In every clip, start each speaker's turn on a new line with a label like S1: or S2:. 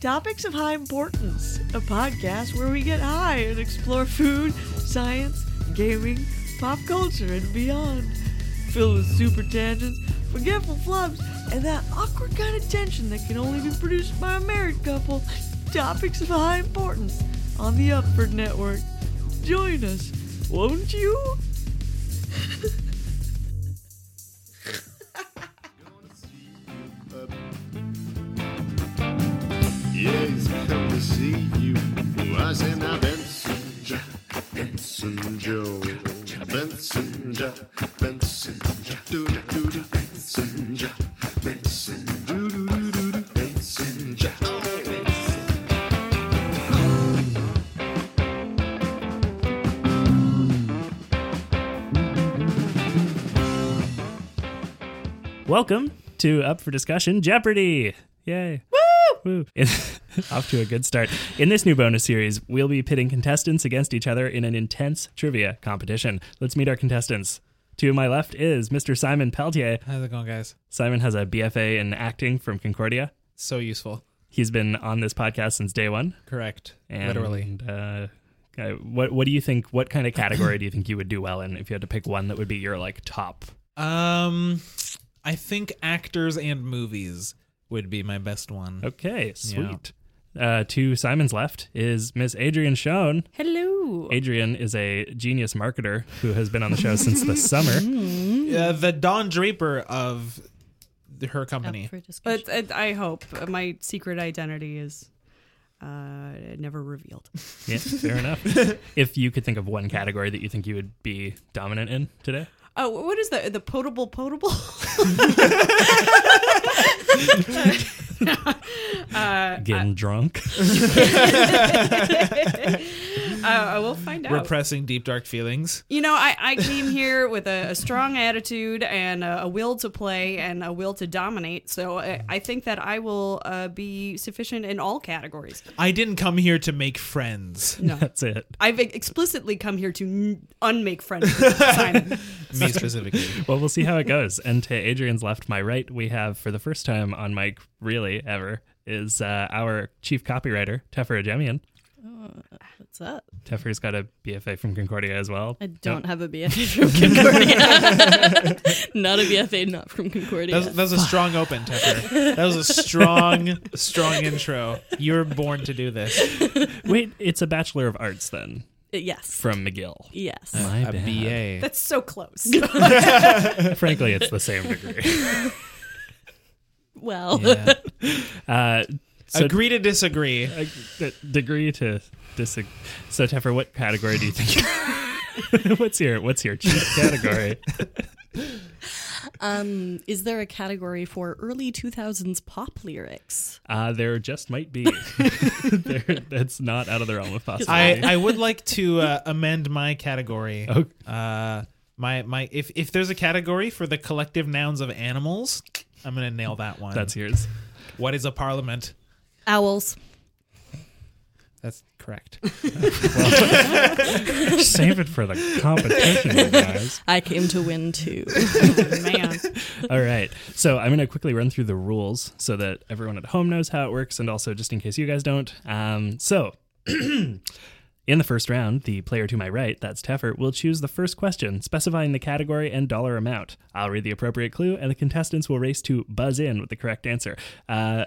S1: Topics of High Importance, a podcast where we get high and explore food, science, gaming, pop culture, and beyond. Filled with super tangents, forgetful flubs, and that awkward kind of tension that can only be produced by a married couple. Topics of High Importance on the Upford Network. Join us, won't you?
S2: Yes, come to see you. I said now Benson Jack, Benson Joe, Benson Jack, Benson Jack, do do do do, Benson Jack, Benson do do do do do, Benson Jack.
S3: Welcome to Up for Discussion Jeopardy! Yay! Woo! Woo! Off to a good start. In this new bonus series, we'll be pitting contestants against each other in an intense trivia competition. Let's meet our contestants. To my left is Mr. Simon Peltier.
S4: How's it going, guys?
S3: Simon has a BFA in acting from Concordia.
S4: So useful.
S3: He's been on this podcast since day one.
S4: Correct.
S3: And,
S4: Literally.
S3: Uh, uh, what What do you think? What kind of category do you think you would do well in if you had to pick one that would be your like top?
S4: Um, I think actors and movies would be my best one.
S3: Okay, sweet. Uh, to Simon's left is Miss Adrian Schoen.
S5: Hello.
S3: Adrian is a genius marketer who has been on the show since the summer.
S4: Uh, the Don Draper of the- her company.
S5: But uh, I hope my secret identity is uh, never revealed.
S3: Yeah, fair enough. If you could think of one category that you think you would be dominant in today,
S5: Oh, wh- what is the the potable potable? uh,
S3: getting drunk.
S5: I will Uh, find out.
S4: Repressing deep dark feelings.
S5: you know, I, I came here with a, a strong attitude and a, a will to play and a will to dominate. So uh, I, I think that I will uh, be sufficient in all categories.
S4: I didn't come here to make friends.
S5: No.
S3: That's it.
S5: I've explicitly come here to n- unmake friends. with Simon.
S4: Me specifically.
S3: Well, we'll see how it goes. And to Adrian's left, my right, we have for the first time on Mike, really ever, is uh, our chief copywriter, Tefer Ajemian.
S6: What's up?
S3: Tefer's got a BFA from Concordia as well.
S6: I don't have a BFA from Concordia. not a BFA, not from Concordia.
S4: That was, that was a strong open, Tepper. That was a strong, strong intro. You were born to do this.
S3: Wait, it's a Bachelor of Arts then
S6: Uh, yes.
S3: from McGill.
S6: yes.
S3: My
S4: A
S3: bad.
S4: BA.
S5: That's so close.
S3: Frankly, it's the same degree.
S6: well,
S4: Yeah.
S3: Uh, so
S4: Agree to disagree.
S3: I- d- degree to disagree. So, Teffer, what category do you think? what's your What's your cheat category?
S6: um, is there a category for early 2000s pop lyrics?
S3: Uh, there just might be. there, that's not out of the realm of
S4: I,
S3: possibility.
S4: I would like to uh, amend my category.
S3: Oh.
S4: Uh, my my if if there's a category for the collective nouns of animals, I'm gonna nail that one.
S3: That's yours.
S4: what is a parliament?
S6: Owls.
S4: That's correct.
S3: Save it for the competition, you guys.
S6: I came to win too.
S5: Man.
S3: All right. So I'm going to quickly run through the rules so that everyone at home knows how it works and also just in case you guys don't. Um, so. In the first round, the player to my right, that's Teffer, will choose the first question, specifying the category and dollar amount. I'll read the appropriate clue, and the contestants will race to buzz in with the correct answer. Uh,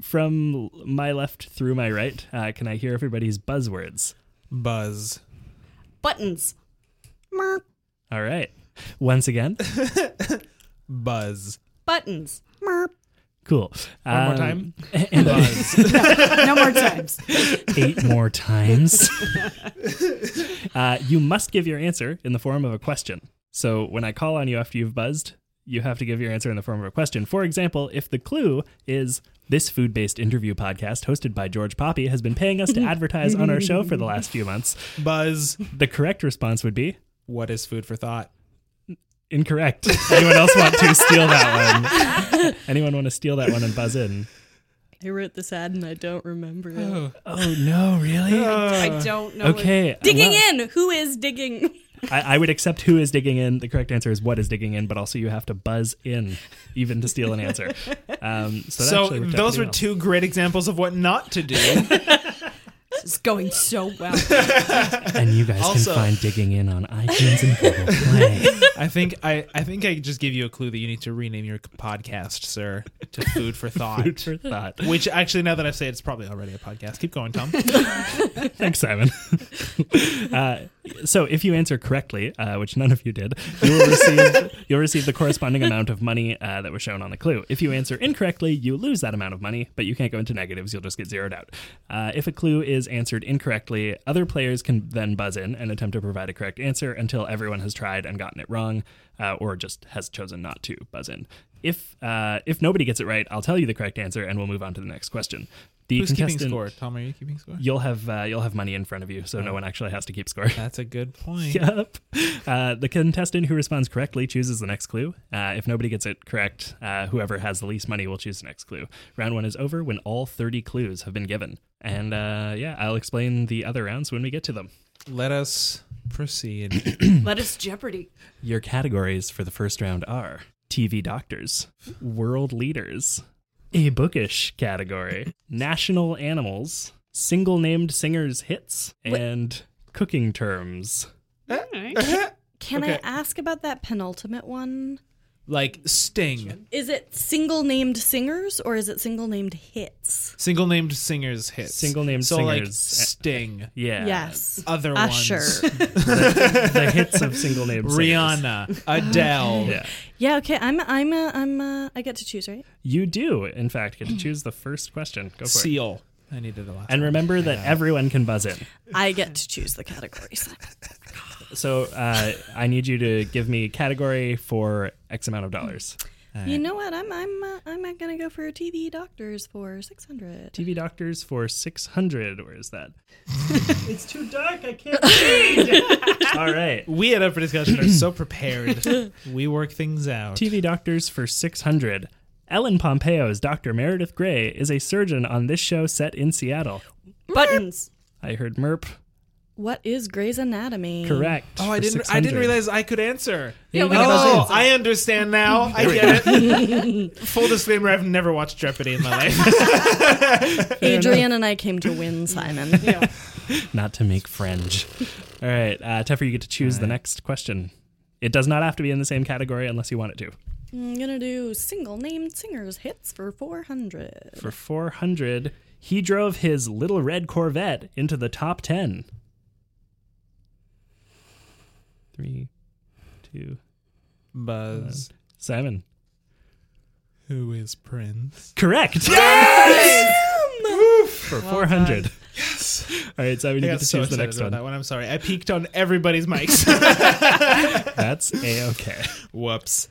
S3: from my left through my right, uh, can I hear everybody's buzzwords?
S4: Buzz.
S5: Buttons. Merp.
S3: All right. Once again,
S4: Buzz.
S5: Buttons. Merp.
S3: cool. Um,
S4: One more time.
S3: and
S4: Buzz.
S5: No more times.
S3: eight more times. uh, you must give your answer in the form of a question. So when I call on you after you've buzzed, you have to give your answer in the form of a question. For example, if the clue is this food based interview podcast hosted by George Poppy has been paying us to advertise on our show for the last few months,
S4: Buzz.
S3: the correct response would be
S4: What is food for thought?
S3: incorrect. Anyone else want to steal that one? Anyone want to steal that one and buzz in?
S6: I wrote this ad and I don't remember it.
S3: Oh, no, really?
S5: I don't know.
S3: Okay.
S6: Digging
S3: well-
S6: in. Who is digging?
S3: I, I would accept who is digging in. The correct answer is what is digging in, but also you have to buzz in even to steal an answer. Um, so that
S4: So
S3: actually worked out
S4: those
S3: pretty
S4: were
S3: well.
S4: two great examples of what not to do.
S5: This is going so well.
S3: And you guys
S4: Also-
S3: can find digging in on iTunes and Google Play.
S4: I think I, I think I just give you a clue that you need to rename your podcast, sir, to Food for Thought.
S3: Food for thought.
S4: Which actually, now that I say it, it's probably already a podcast. Keep going, Tom.
S3: Thanks, Simon. uh, so, if you answer correctly, uh, which none of you did, you will receive you'll receive the corresponding amount of money uh, that was shown on the clue. If you answer incorrectly, you lose that amount of money, but you can't go into negatives. You'll just get zeroed out. Uh, if a clue is answered incorrectly, other players can then buzz in and attempt to provide a correct answer until everyone has tried and gotten it wrong, uh, or just has chosen not to buzz in. If uh, if nobody gets it right, I'll tell you the correct answer, and we'll move on to the next question. The
S4: Who's keeping
S3: contestant-
S4: score? Tom, are you keeping score?
S3: you'll have uh, you'll have money in front of you, so no one actually has to keep score.
S4: That's a good point.
S3: yep. Uh, the contestant who responds correctly chooses the next clue. Uh, if nobody gets it correct, uh, whoever has the least money will choose the next clue. Round one is over when all thirty clues have been given, and uh, yeah, I'll explain the other rounds when we get to them.
S4: Let us proceed.
S5: Let us Jeopardy.
S3: Your categories for the first round are TV doctors, world leaders, a bookish category, national animals, single named singers hits, and cooking terms.
S6: Can
S4: Okay.
S6: I ask about that penultimate one?
S4: like Sting,
S6: Is it single named singers or is it single named hits?
S4: single named singers hits.
S3: Single named
S4: so like
S3: singers.
S4: Sting,
S3: Yeah.
S6: Yes.
S4: other
S6: Usher.
S4: ones.
S3: the hits of single names.
S4: Rihanna, Adele.
S3: Yeah.
S6: yeah. Okay. I'm. I'm. Uh, I'm. Uh, I get to choose, right?
S3: You do, in fact, get to choose the first question. Go for it.
S4: Seal. I needed the last.
S3: And
S4: one.
S3: remember that everyone can buzz in.
S6: I get to choose the categories.
S3: So uh, I need you to give me category for X amount of dollars.
S6: You know what? I'm. I'm. Uh, I'm not gonna go for TV doctors for six hundred.
S3: TV doctors for 600. Where is that? it's too dark. I can't read. All right.
S4: we at Up for Discussion are so prepared. we work things out.
S3: TV doctors for 600. Ellen Pompeo's Dr. Meredith Grey is a surgeon on this show set in Seattle.
S5: Buttons.
S3: I heard MERP.
S6: What is Grey's Anatomy?
S3: Correct.
S4: Oh, I
S3: for
S4: didn't. I didn't
S3: 600.
S4: realize I could answer.
S3: Yeah,
S5: we can
S4: oh,
S5: buzz in.
S4: I understand now. I get it. Full disclaimer: I've never watched Jeopardy in my life.
S6: Adrian and I came to win, Simon.
S3: not to make French. All right, uh, Teffer, you get to choose the next question. It does not have to be in the same category unless you want it to.
S6: I'm Mm, gonna do single named singers hits for four hundred.
S3: For 400, he drove his little red Corvette into the top 10. Three, two,
S4: Buzz.
S3: Simon.
S4: Who is Prince?
S3: Correct! For 400. Yes! All right, Simon,
S4: I
S3: you
S4: got
S3: get to
S4: so
S3: choose the
S4: excited
S3: next
S4: about that
S3: one.
S4: one. I'm sorry. I peeked on everybody's mics.
S3: That's A OK.
S4: Whoops.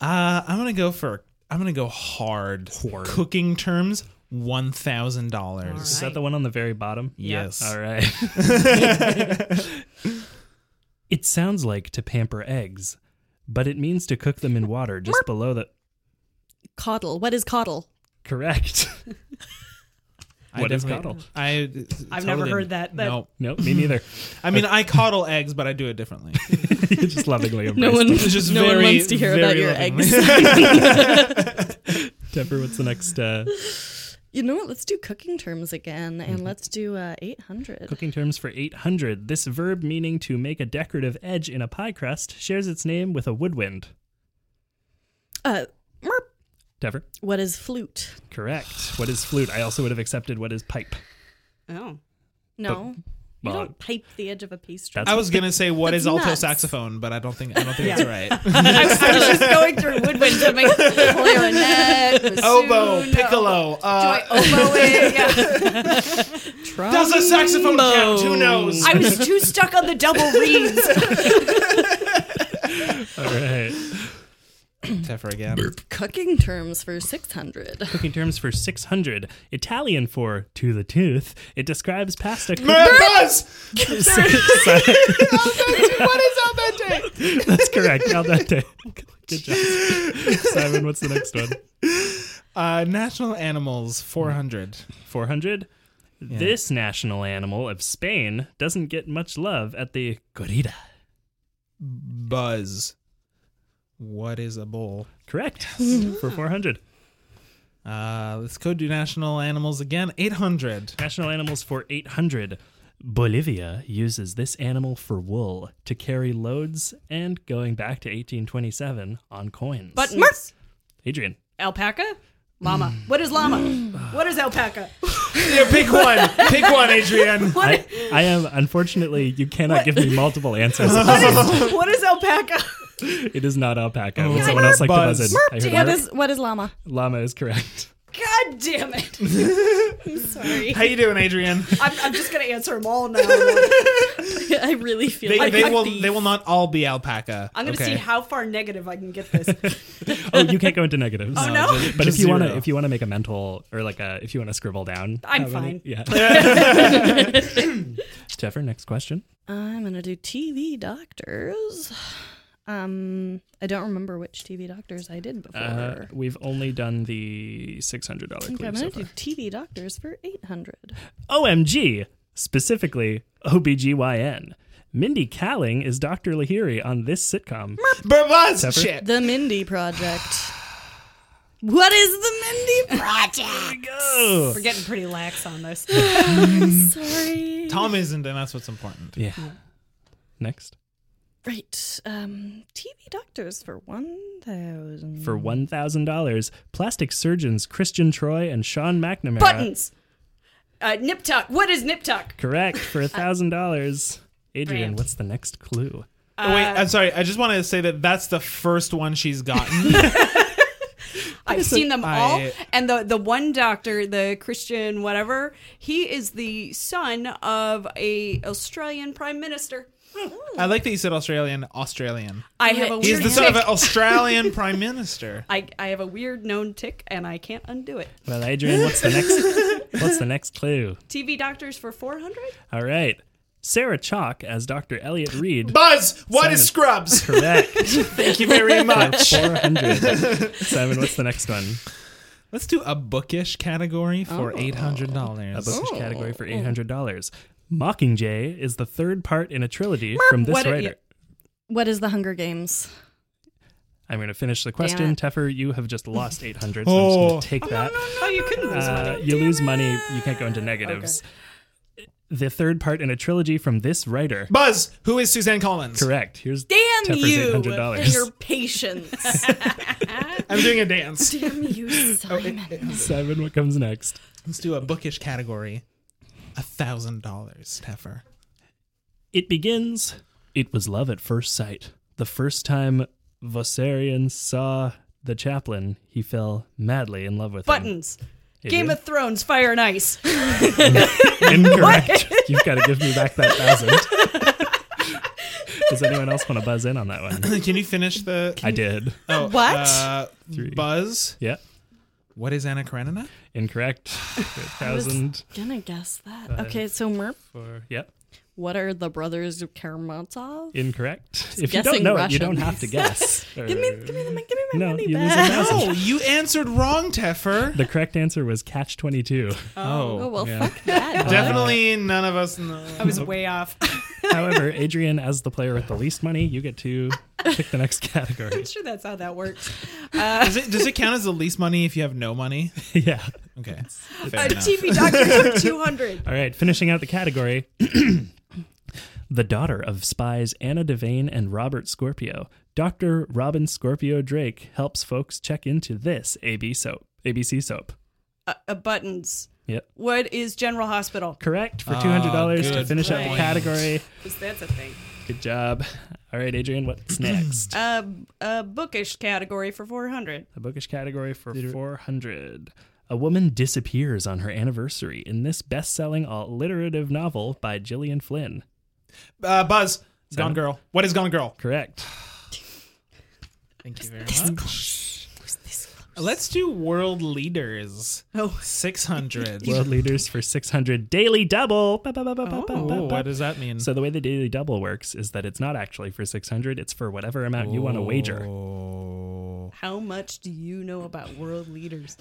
S4: Uh, I'm gonna go for. I'm gonna go hard.
S3: Hard.
S4: Cooking terms: one thousand dollars.
S3: Is that the one on the very bottom?
S4: Yes.
S3: All right. it sounds like to pamper eggs, but it means to cook them in water just below the.
S6: Coddle. What is coddle?
S3: Correct.
S4: I
S3: What is
S4: definitely-
S3: coddle?
S4: I. uh,
S5: I've never heard that. That-
S4: No.
S3: Nope, me neither.
S4: I mean, I coddle eggs, but I do it differently.
S3: just lovingly embraced.
S6: No one,
S4: It's just
S6: no
S4: very,
S6: one wants to hear
S4: very
S6: about your
S4: lovingly.
S6: eggs.
S3: Tepper, what's the next uh,
S6: you know what? Let's do cooking terms again, and let's do uh, 800.
S3: cooking terms for 800? This verb meaning to make a decorative edge in a pie crust shares its name with a woodwind.
S6: Uh, merp.
S3: Tepper,
S6: What is flute?
S3: correct. What is flute? I also would have accepted what is pipe.
S5: Oh.
S6: No.
S3: But-
S6: you don't pipe the edge of a pastry.
S3: That's-
S4: I was gonna say what
S6: That's
S4: is alto
S6: nuts.
S4: saxophone, but I don't think I don't think
S5: Yeah.
S4: that's right.
S5: I was just going through woodwind to make clarinet, bassoon.
S4: Oboe, piccolo.
S5: Do
S4: Uh,
S5: I oboe it? Yeah.
S4: does a saxophone count? Who
S6: Trombone.
S4: knows?
S5: I was too stuck on the double reeds.
S3: All right.
S4: Teffer again.
S6: Cooking terms for 600.
S3: cooking terms for 600, Italian for to the tooth. It describes pasta cooked.
S4: Buzz!
S3: That's correct. Al dente. Good job. Simon, what's the next one?
S4: Uh, national animals, four hundred.
S3: 400. This national animal of Spain doesn't get much love at the corrida.
S4: Buzz. What is a bull?
S3: Correct. For 400.
S4: Uh, let's go do national animals again. 800.
S3: National animals for 800. Bolivia uses this animal for wool to carry loads and going back to 1827 on coins.
S5: Buttons.
S3: Adrian,
S5: Alpaca? Llama. What is llama? what is alpaca?
S4: Yeah, pick one. pick one, Adrian.
S3: I, I am unfortunately you cannot give me multiple answers. at this moment.
S5: what is alpaca?
S3: it is not alpaca. Would someone else like to
S4: Buzz.
S3: buzz in? I heard
S7: What
S3: merp.
S7: is what is llama?
S3: llama is correct.
S5: God damn it.
S6: Sorry.
S4: How you doing, Adrian?
S5: I'm, I'm just going to answer them all now.
S6: I really feel
S4: They,
S6: like
S4: they
S6: a
S4: will.
S6: thief.
S4: They will not all be alpaca.
S5: I'm going to
S4: Okay.
S5: see how far negative I can get this.
S3: Oh, you can't go into negatives.
S5: Oh, no?
S4: Uh, just-
S3: But
S4: just
S3: if you want to,
S4: zero.
S3: if you want to make a mental or like a, if you want to scribble down,
S5: I'm
S3: how many-
S5: fine.
S3: Yeah. Teffer, next question.
S7: I'm gonna do TV doctors. Um, I don't remember which TV doctors I did before.
S3: Uh, we've only done the six hundred dollar
S7: okay, I'm
S3: clue
S7: gonna
S3: so
S7: do
S3: far.
S7: TV doctors for eight hundred.
S3: OMG, specifically OBGYN. Mindy Kaling is Dr. Lahiri on this sitcom.
S4: Burbuzz.
S3: Separate?
S4: Shit.
S7: The Mindy Project. What is the Mindy Project?
S3: Oh.
S5: We're getting pretty lax on this.
S7: Sorry.
S4: Tom isn't, and that's what's important.
S5: Uh,
S3: Yeah. Next.
S7: Right. Um, TV doctors for one thousand.
S3: For $1,000, plastic surgeons Christian Troy and Sean McNamara.
S5: Buttons. Uh, nip tuck. What is nip tuck?
S3: Correct.
S5: Uh,
S3: For $1,000. Adrian, what's the next clue?
S4: oh, wait, I'm sorry. I just want to say that that's the first one she's gotten.
S5: I've seen them
S4: I-
S5: all. And the the one doctor, the Christian whatever, he is the son of a Australian prime minister.
S4: I like that you said Australian. Australian.
S5: I have a
S6: He's
S4: He's
S5: weird
S4: the son of an
S5: tick.
S4: Australian prime minister.
S5: I, I have a weird known tick and I can't undo it.
S3: Well, Adrian, what's the next? what's the next clue?
S5: TV doctors for 400?
S3: All right. Sarah Chalk as Dr. Elliot Reed.
S4: Buzz. What is
S3: Simon.
S4: Scrubs?
S3: Correct.
S4: Thank you very much.
S3: 400. Simon, what's the next one?
S4: Let's do a bookish category for
S5: Oh.
S4: eight hundred
S3: a
S4: dollars.
S3: bookish category for eight hundred dollars. Mockingjay is the third part in a trilogy from this
S5: what are
S3: writer.
S5: you-
S7: What is the Hunger Games?
S3: I'm going to finish the question,
S7: it.
S3: Teffer. You have just lost eight hundred. So I'm just going
S4: Oh.
S3: to take that.
S5: Oh, you couldn't lose
S3: Uh, you lose money. You can't go into negatives. The third part in a trilogy from this writer.
S4: Buzz. Who is Suzanne Collins?
S3: Correct. Here's
S6: Damn
S3: Teffer's
S6: you
S3: eight hundred
S6: and your
S3: dollars.
S6: patience.
S4: I'm doing a dance. Oh,
S7: Damn you, Simon.
S3: Simon, what comes next?
S4: Let's do a bookish category. A thousand dollars, Teffer.
S3: It begins. It was love at first sight. The first time Vossarion saw the chaplain, he fell madly in love with him.
S5: Buttons. Game
S3: Adrian?
S5: of Thrones, Fire and Ice.
S3: Incorrect. You've got to give me back that thousand. Does anyone else want to buzz in on that one?
S4: Can you finish the?
S3: I did.
S4: Oh,
S7: What?
S4: Uh,
S3: Three.
S4: Buzz.
S3: Yeah.
S4: What is Anna Karenina?
S3: Incorrect. Thousand
S7: Gonna guess that. Okay, so Merp,
S3: for yeah.
S7: what are the brothers of Karamazov?
S3: Incorrect. If you don't
S6: guessing
S3: know it, you don't
S6: Russian.
S3: have to guess. Uh,
S7: Give me, give me, the, give me my
S3: no,
S7: money
S3: you lose a
S7: back.
S3: thousand.
S4: Oh, you answered wrong, Teffer.
S3: The correct answer was catch twenty two.
S4: Oh,
S7: Oh well,
S4: yeah.
S7: fuck that.
S4: Definitely none of us know.
S5: I was way off. I'm
S3: However, Adrian, as the player with the least money, you get to pick the next category.
S5: sure that's how that works.
S4: Does it, does it count as the least money if you have no money?
S3: yeah.
S4: Okay.
S5: Uh,
S4: Fair enough.
S5: TV doctors for 200.
S3: All right, finishing out the category. the daughter of spies Anna Devane and Robert Scorpio, Dr. Robin Scorpio Drake helps folks check into this AB soap, ABC soap.
S5: Uh, uh, buttons.
S3: Yep.
S5: What is General Hospital?
S3: Correct for
S4: Ah,
S3: $200 to
S4: good
S3: finish out the
S4: point.
S3: category.
S5: 'Cause that's a thing.
S3: Good job. All right, Adrian, what's next?
S5: Uh, a bookish category for 400.
S3: the bookish category for 400. A woman disappears on her anniversary in this best-selling alliterative novel by Gillian Flynn.
S4: Uh, Buzz.
S3: Seven.
S4: Gone Girl. What is Gone Girl?
S3: Correct.
S4: Thank you very much. Let's do world leaders.
S5: Oh.
S4: 600.
S3: World leaders for 600 daily double. Ba, ba, ba, ba, ba, ba, ba,
S4: Oh,
S3: ba.
S4: what does that mean?
S3: So the way the daily double works is that it's not actually for 600, it's for whatever amount you want to wager.
S4: Oh.
S5: How much do you know about world leaders?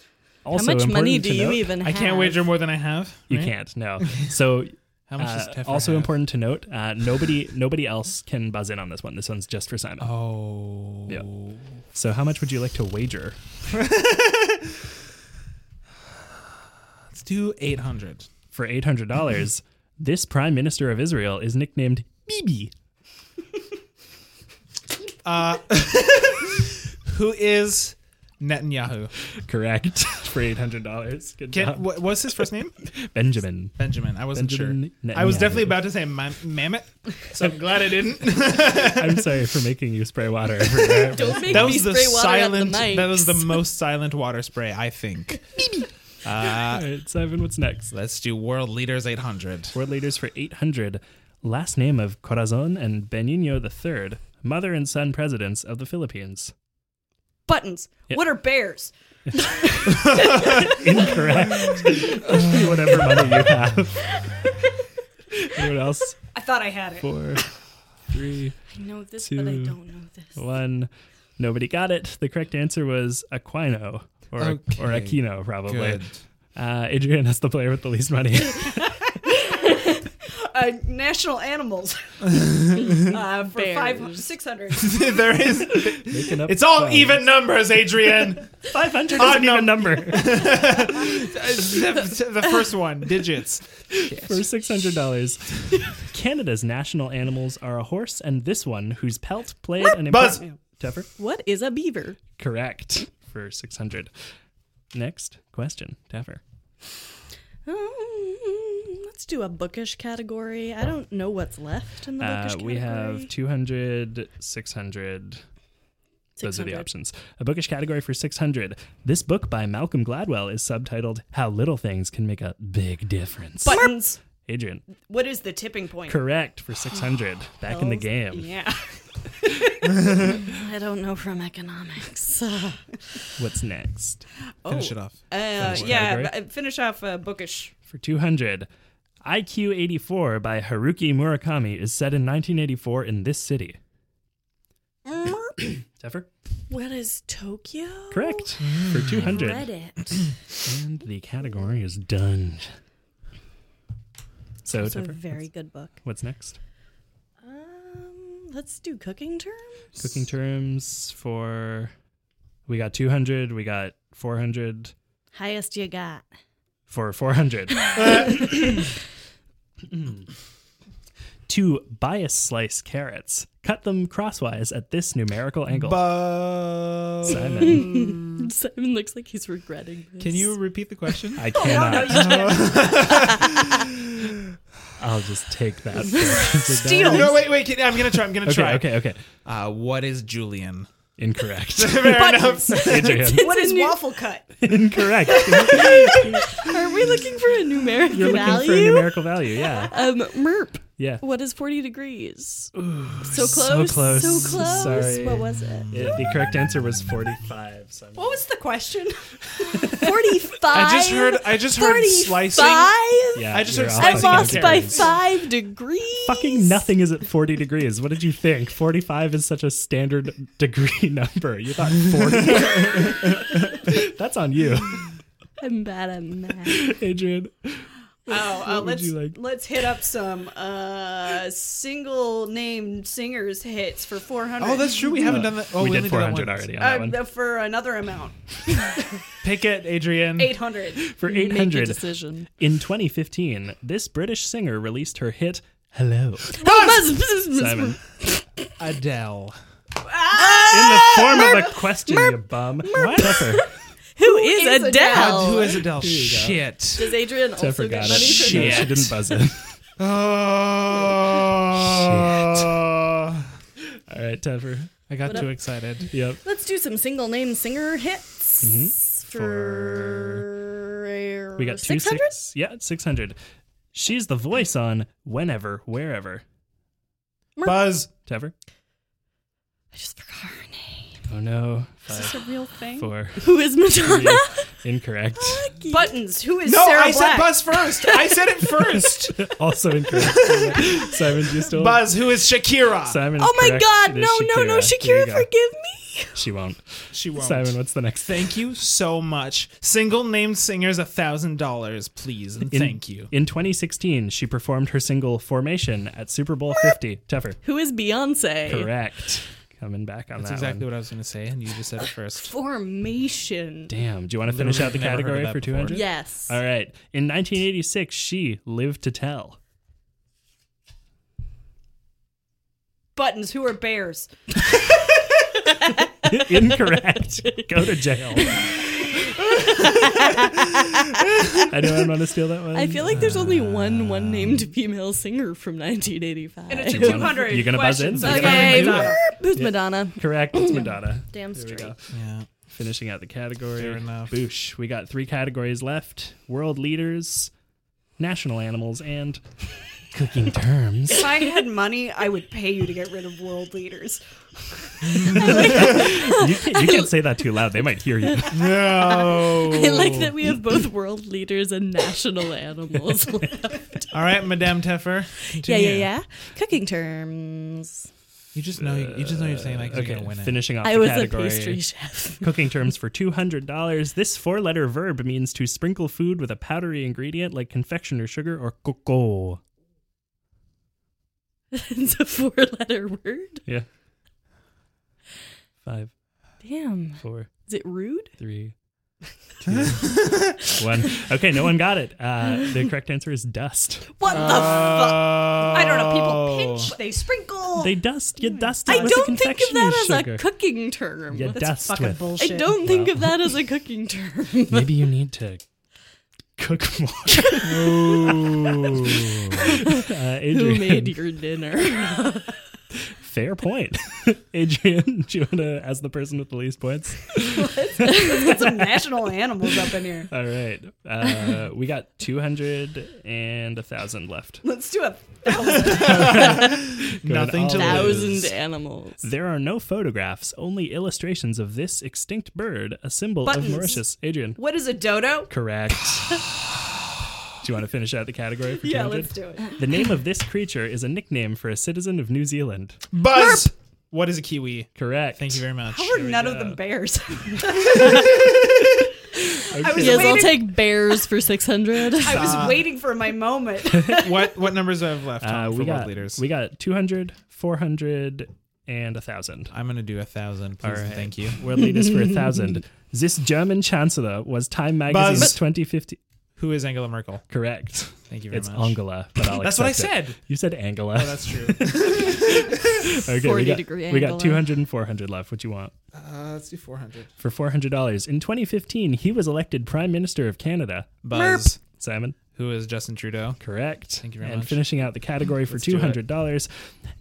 S3: Also
S7: How much
S3: important
S7: money
S3: to
S7: do you
S3: note-
S7: even have?
S4: I can't wager more than I have.
S3: You
S4: right?
S3: can't. No. So
S4: How much does
S3: uh,
S4: Teffer
S3: also
S4: have?
S3: important to note, uh, nobody nobody else can buzz in on this one. This one's just for Simon.
S4: Oh.
S3: Yeah. So how much would you like to wager?
S4: do 800.
S3: For eight hundred dollars, this prime minister of Israel is nicknamed Bibi.
S4: Who is Netanyahu?
S3: Correct. For eight hundred dollars. Good
S4: Can,
S3: job,
S4: wha- what's his first name?
S3: Benjamin.
S4: Benjamin. I wasn't
S3: Benjamin
S4: sure. I was
S3: Netanyahu.
S4: definitely about to say mam- Mammoth, so I'm glad I didn't.
S3: I'm sorry for making you spray water everywhere.
S6: Don't make
S4: that
S6: me
S4: was the
S6: spray water at the
S4: silent.
S6: mic.
S4: that was the most silent water spray, I think.
S3: All
S4: uh,
S3: right, Simon, what's next?
S4: let's do World Leaders 800.
S3: World leaders for 800. Last name of Corazon and Benigno III, mother and son presidents of the Philippines.
S5: Buttons. What are bears?
S3: Incorrect. Whatever money you have. Anyone else?
S5: I thought I had it.
S3: Four, three,
S6: I know this,
S3: but
S6: but
S3: I
S6: I
S3: Two.
S6: don't
S3: don't
S6: know this.
S3: one. Nobody got it. The correct answer was Aquino or, or
S4: Okay,
S3: Aquino, probably.
S4: Good.
S3: Uh, Adrian has the player with the least money.
S5: Uh, national animals. uh, for five,
S6: Bears.
S5: 600.
S4: there is.
S3: Making up
S4: It's all
S3: songs.
S4: even numbers, Adrian.
S3: 500 is an even number.
S4: the, the first one, digits.
S3: for six hundred dollars. Canada's national animals are a horse and this one, whose pelt played an
S4: Buzz.
S3: important Teffer?
S6: What is a beaver?
S3: Correct for six hundred. Next question, Teffer.
S7: Um, let's do a bookish category. I don't know what's left in the bookish
S3: Uh,
S7: category.
S3: we have 200, 600. Those are the
S7: 600.
S3: options. A bookish category for 600. This book by Malcolm Gladwell is subtitled How Little Things Can Make a Big Difference.
S5: Buttons.
S3: Adrian,
S5: What is the tipping point?
S3: correct for 600. Back in the game.
S5: Yeah.
S7: I don't know from economics.
S3: What's next?
S5: Oh,
S4: Finish it off.
S5: Uh,
S3: Finish
S5: yeah,
S3: category.
S5: b- finish off uh, bookish.
S3: for 200. IQ 84 by Haruki Murakami is set in 1984 in this city. Zephyr?
S7: what is Tokyo?
S3: Correct. For 200.
S7: Read it.
S3: And the category is done. So,
S7: It's a
S3: Zephyr,
S7: very good book.
S3: what's next?
S7: Um, let's do cooking term.
S3: Cooking terms for. We got 200, we got 400.
S7: Highest you got.
S3: for 400. to bias slice carrots, cut them crosswise at this numerical angle.
S4: Buzz.
S3: Simon,
S6: Simon looks like he's regretting this.
S4: Can you repeat the question?
S3: I cannot. I'll just take that. Steal.
S4: No, wait, wait. Can, I'm gonna try. I'm gonna
S3: Okay,
S4: try.
S3: okay, okay.
S4: Uh, what is Julian?
S3: Incorrect.
S4: Fair enough.
S3: Adrian,
S5: What is waffle cut?
S3: incorrect.
S6: Are we looking for a numeric
S3: You're looking for a
S6: value?
S3: numerical value. Yeah,
S6: um, merp.
S3: yeah.
S6: What is 40 degrees? so
S3: so
S6: close.
S3: close.
S7: So close.
S3: Sorry.
S7: What was it?
S3: Yeah, the correct answer was 45. Simon.
S5: What was the question?
S6: 45.
S4: I just heard. I just heard slicing.
S3: Yeah,
S4: I just
S3: you're
S4: heard
S3: off
S4: I
S3: by
S6: I'm lost
S3: two
S6: by
S3: degrees.
S6: five degrees.
S3: Fucking nothing is at 40 degrees. What did you think? 45 is such a standard degree number. You thought 40. That's on you,
S6: I'm bad at math.
S3: Adrian.
S5: Oh, uh, let's
S3: you like?
S5: let's hit up some uh, single name singers hits for four hundred.
S4: Oh, that's true. We haven't done that. Oh,
S3: we,
S4: only
S3: did
S4: that
S3: 400
S4: once.
S3: already on that
S5: uh,
S3: one.
S5: th- for another amount.
S4: Pick it, Adrian.
S5: Eight hundred.
S3: For
S6: Make a
S3: 800,
S6: decision.
S3: in 2015, this British singer released her hit Hello, Simon.
S4: Adele.
S3: In the form of a question, you bum. Why Teffer?
S6: Who is, Adele?
S4: God, who is Adele? Shit.
S6: Does Adrian
S3: Teffer
S6: also
S3: got
S6: get
S3: it.
S6: money for
S3: No,
S4: Shit.
S3: she didn't buzz it.
S4: Oh.
S3: All right, Teffer.
S4: I got too excited.
S3: Yep.
S7: Let's do some single name singer hits. For
S3: Mm-hmm. We got two
S7: 600?
S3: six. Yeah, 600. She's the voice on Whenever, Wherever.
S4: Buzz.
S3: Teffer?
S7: I just forgot her name.
S3: Oh no.
S5: Is this a real thing?
S3: Four.
S6: Who is Madonna?
S3: Incorrect.
S5: Buttons. Who is
S4: No,
S5: Sarah
S4: I said
S5: Black?
S4: Buzz first. I said it first.
S3: also incorrect. Simon, you still.
S4: Buzz, who is Shakira?
S3: Simon. is
S6: Oh my
S3: correct.
S6: God!
S3: It
S6: No,
S3: is
S6: no, no,
S3: There you
S6: Shakira,
S3: go.
S6: forgive me.
S3: She won't.
S4: She won't.
S3: Simon, what's the next thing?
S4: Thank you so much. Single named singers, a thousand dollars, please, and
S3: In-
S4: thank you.
S3: In 2016, she performed her single "Formation" at Super Bowl 50. Tougher.
S6: Who is Beyonce?
S3: Correct. coming back on
S4: That's
S3: that.
S4: exactly
S3: one.
S4: what I was going to say, and you just said it first.
S6: Formation.
S3: Damn. Do you want to finish out the
S4: Literally never heard
S3: category
S4: of that
S3: for
S4: before.
S3: 200?
S6: Yes.
S3: All right. In 1986, she lived to tell.
S5: Buttons, who are bears?
S3: Incorrect. Go to jail. Anyone want to steal that one?
S6: I feel like there's only
S3: Um,
S6: one one named female singer from 1985.
S5: And it's a
S3: You wanna-
S5: 200.
S3: you gonna buzz in?
S5: questions.
S3: You gonna
S5: Okay.
S3: buzz in?
S6: Who's Madonna?
S3: Correct. It's Madonna.
S7: Damn
S3: There we go.
S7: straight.
S4: Yeah.
S3: Finishing out the category.
S4: Fair enough.
S3: Boosh. We got three categories left: world leaders, national animals, and cooking terms.
S5: If I had money, I would pay you to get rid of world leaders.
S3: You can't, you can't say that too loud; they might hear you.
S4: No.
S6: I like that we have
S3: Oh.
S6: both world leaders and national animals.
S4: All right, Madame Teffer.
S7: Yeah,
S4: continue.
S7: yeah, yeah. Cooking terms.
S4: You just know. You just know you're saying that 'cause you're gonna win it.
S3: finishing off
S6: I
S3: the
S6: was
S3: category.
S6: a pastry chef.
S3: Cooking terms for $200. This four letter verb means to sprinkle food with a powdery ingredient like confectioner sugar or cocoa.
S6: it's a four letter word.
S3: Yeah. Five,
S6: Damn.
S3: four,
S6: Is it rude?
S3: three, two, one. Okay, no one got it. Uh, the correct answer is dust.
S5: What the fuck? I don't know.
S4: Oh.
S5: People pinch, they sprinkle.
S3: Oh. They dust. You dust it
S6: I
S3: with the
S6: don't think of
S3: confectioner's
S6: that as
S3: sugar.
S6: a cooking term.
S3: You dust
S5: fucking
S3: with.
S5: bullshit.
S6: I don't think
S3: Wow.
S6: of that as a cooking term.
S3: Maybe you need to cook more. uh,
S6: Who
S3: Adrian,
S6: made your dinner?
S3: Fair point. Adrian, do you want to, as the person with the least points?
S5: Put some national animals up in here.
S3: All right. Uh, we got 200 and a 1,000 left.
S5: Let's do a
S4: Nothing to
S3: Going all
S4: lose.
S6: Thousand animals.
S3: There are no photographs, only illustrations of this extinct bird, a symbol of
S5: Buttons.
S3: Mauritius. Adrian.
S5: What is a dodo?
S3: Correct. do you want to finish out the category for 200?
S5: Yeah, let's do it.
S3: The name of this creature is a nickname for a citizen of New Zealand.
S4: Buzz. What is a kiwi?
S3: Correct.
S4: Thank you very much.
S5: How are none of them bears? I was
S6: Yes, I'll
S5: waiting-
S6: take bears for 600.
S5: I was waiting for my moment.
S4: what what numbers have left
S3: Uh,
S4: Tom, for
S3: we,
S4: world
S3: got,
S4: leaders?
S3: we got 200, 400, and 1,000.
S4: I'm gonna do a thousand. Please, and
S3: right.
S4: thank you.
S3: World leaders for a thousand. This German chancellor was Time Magazine's
S4: Buzz.
S3: 2050.
S4: Who is Angela Merkel?
S3: Correct.
S4: Thank you very
S3: It's
S4: much.
S3: Angela. But I'll
S4: That's what I
S3: accept it.
S4: said.
S3: You said Angela.
S4: Oh, that's true.
S3: okay, we
S6: 40
S3: got,
S6: degree
S3: We got
S6: Angela.
S3: 200 and 400 left. What you want?
S4: Uh, let's do 400.
S3: For $400. In 2015, he was elected Prime Minister of Canada.
S4: Buzz.
S3: Simon?
S4: Who is Justin Trudeau?
S3: Correct. Thank
S4: you very
S3: and
S4: much.
S3: finishing out the category for
S4: Let's do it.
S3: $200,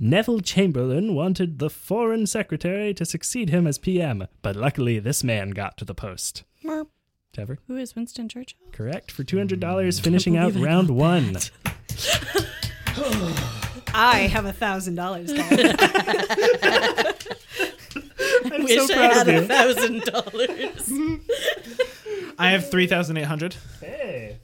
S3: Neville Chamberlain wanted the foreign secretary to succeed him as PM, but luckily this man got to the post.
S6: Merp.
S3: Trevor?
S6: Who is Winston Churchill?
S3: Correct. For
S4: Mm.
S3: $200, finishing out
S6: believe I
S3: round one.
S5: I have a thousand dollars.
S6: I wish I had a thousand dollars.
S4: I have 3,800.
S3: Hey.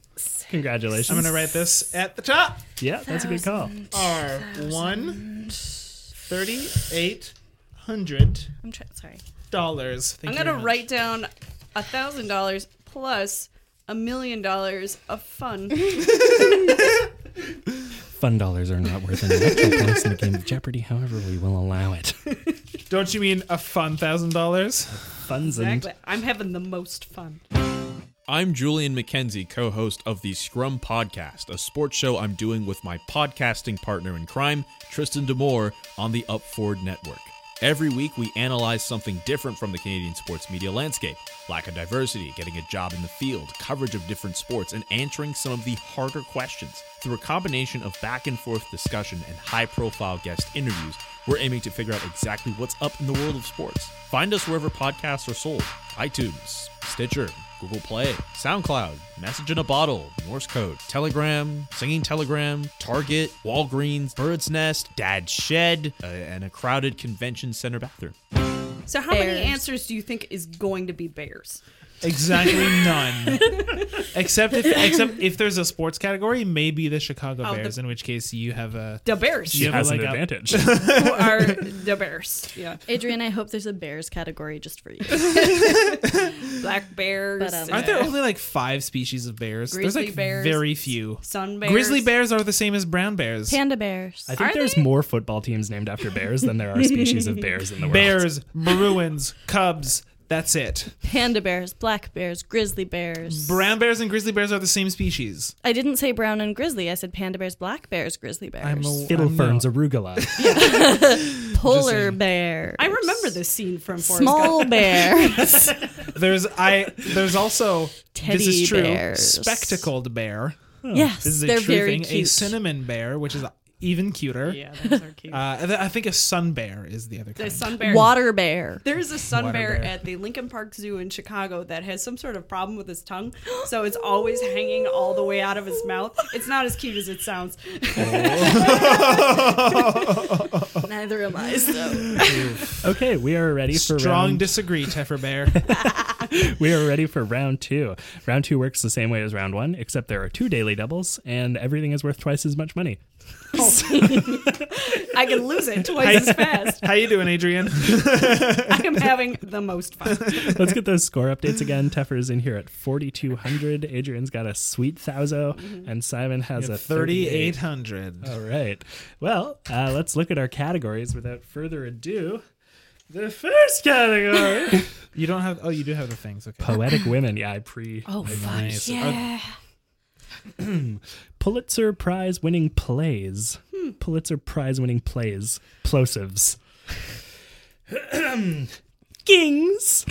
S3: Congratulations.
S4: I'm gonna write this at the top.
S3: yeah, that's a good call.
S4: Are one thirty-eight hundred
S7: I'm trying. Sorry.
S4: dollars.
S5: I'm gonna write down a thousand dollars plus a million dollars of fun.
S3: Fun dollars are not worth any actual points in the game of Jeopardy. However, we will allow it.
S4: Don't you mean a fun thousand dollars?
S3: Funds and
S5: Exactly. I'm having the most fun.
S8: I'm Julian McKenzie, co host of the Scrum Podcast, a sports show I'm doing with my podcasting partner in crime, Tristan Damore, on the Upford Network. Every week, we analyze something different from the Canadian sports media landscape lack of diversity, getting a job in the field, coverage of different sports, and answering some of the harder questions. Through a combination of back and forth discussion and high profile guest interviews, we're aiming to figure out exactly what's up in the world of sports. Find us wherever podcasts are sold iTunes, Stitcher. Google Play, SoundCloud, Message in a Bottle, Morse Code, Telegram, Singing Telegram, Target, Walgreens, Bird's Nest, Dad's Shed, uh, and a crowded convention center bathroom.
S5: So how many
S7: Bears.
S5: answers do you think is going to be bears?
S4: Exactly none. except if except if there's a sports category, maybe the Chicago
S5: Oh, the-
S4: Bears, in which case you have a
S5: The Bears.
S4: Yeah.
S3: has an
S4: but like a-
S3: advantage.
S5: Who are the Bears? Yeah.
S7: Adrian, I hope there's a bears category just for you.
S5: Black bears.
S7: But, um,
S4: Aren't there only like five species of bears? there's
S5: Grizzly
S4: like
S5: bears.
S4: very few.
S5: sun bears?
S4: Grizzly bears are the same as brown bears.
S7: Panda bears.
S3: I think
S5: Are
S3: there's more football teams named after bears than there are species of bears in the world.
S4: bears, Bruins, Cubs. That's it.
S7: Panda bears, black bears, grizzly bears.
S4: Brown bears and grizzly bears are the same species.
S7: I didn't say brown and grizzly. I said panda bears, black bears, grizzly bears.
S4: I'm a
S3: Fiddle
S4: I'm
S3: ferns,
S4: not-
S3: arugula.
S7: polar bear.
S5: I remember this scene from Forrest Gump.
S7: Small bears.
S4: There's I. There's also this
S7: Teddy
S4: is true.
S7: bears.
S4: Spectacled bear.
S7: yes,
S4: This is a
S7: they're
S4: true
S7: very
S4: thing.
S7: cute.
S4: A cinnamon bear, which is even cuter.
S5: Yeah, those are cute.
S4: Uh, and then I think a sun bear is the other
S5: the
S4: kind.
S5: sun bear.
S7: Water bear.
S5: There's a sun
S4: Water
S5: bear,
S4: bear.
S5: at the Lincoln Park Zoo in Chicago that has some sort of problem with his tongue, so it's always hanging all the way out of his mouth. It's not as cute as it sounds.
S7: Neither am I. So
S3: okay, we are ready for
S4: Strong
S3: round-
S4: disagree, Teffer Bear.
S3: we are ready for round two. Round two works the same way as round one, except there are two daily doubles, and everything is worth twice as much money.
S5: I can lose it twice as fast.
S4: How you doing, Adrian?
S5: I am having the most fun.
S3: Let's get those score updates again. Teffer's in here at 4,200. Adrian's got a sweet thouso,
S7: Mm-hmm.
S3: and Simon has a 38.
S4: 3,800.
S3: All right. Well, uh, let's look at our categories without further ado. The first category
S4: You don't have. Oh, you do have the things. Okay.
S3: Poetic Women. Yeah, I pre.
S7: oh fuck
S4: Nice.
S7: yeah.
S3: Pulitzer Prize winning plays.
S5: Hmm.
S3: Pulitzer Prize winning plays. Plosives. Kings.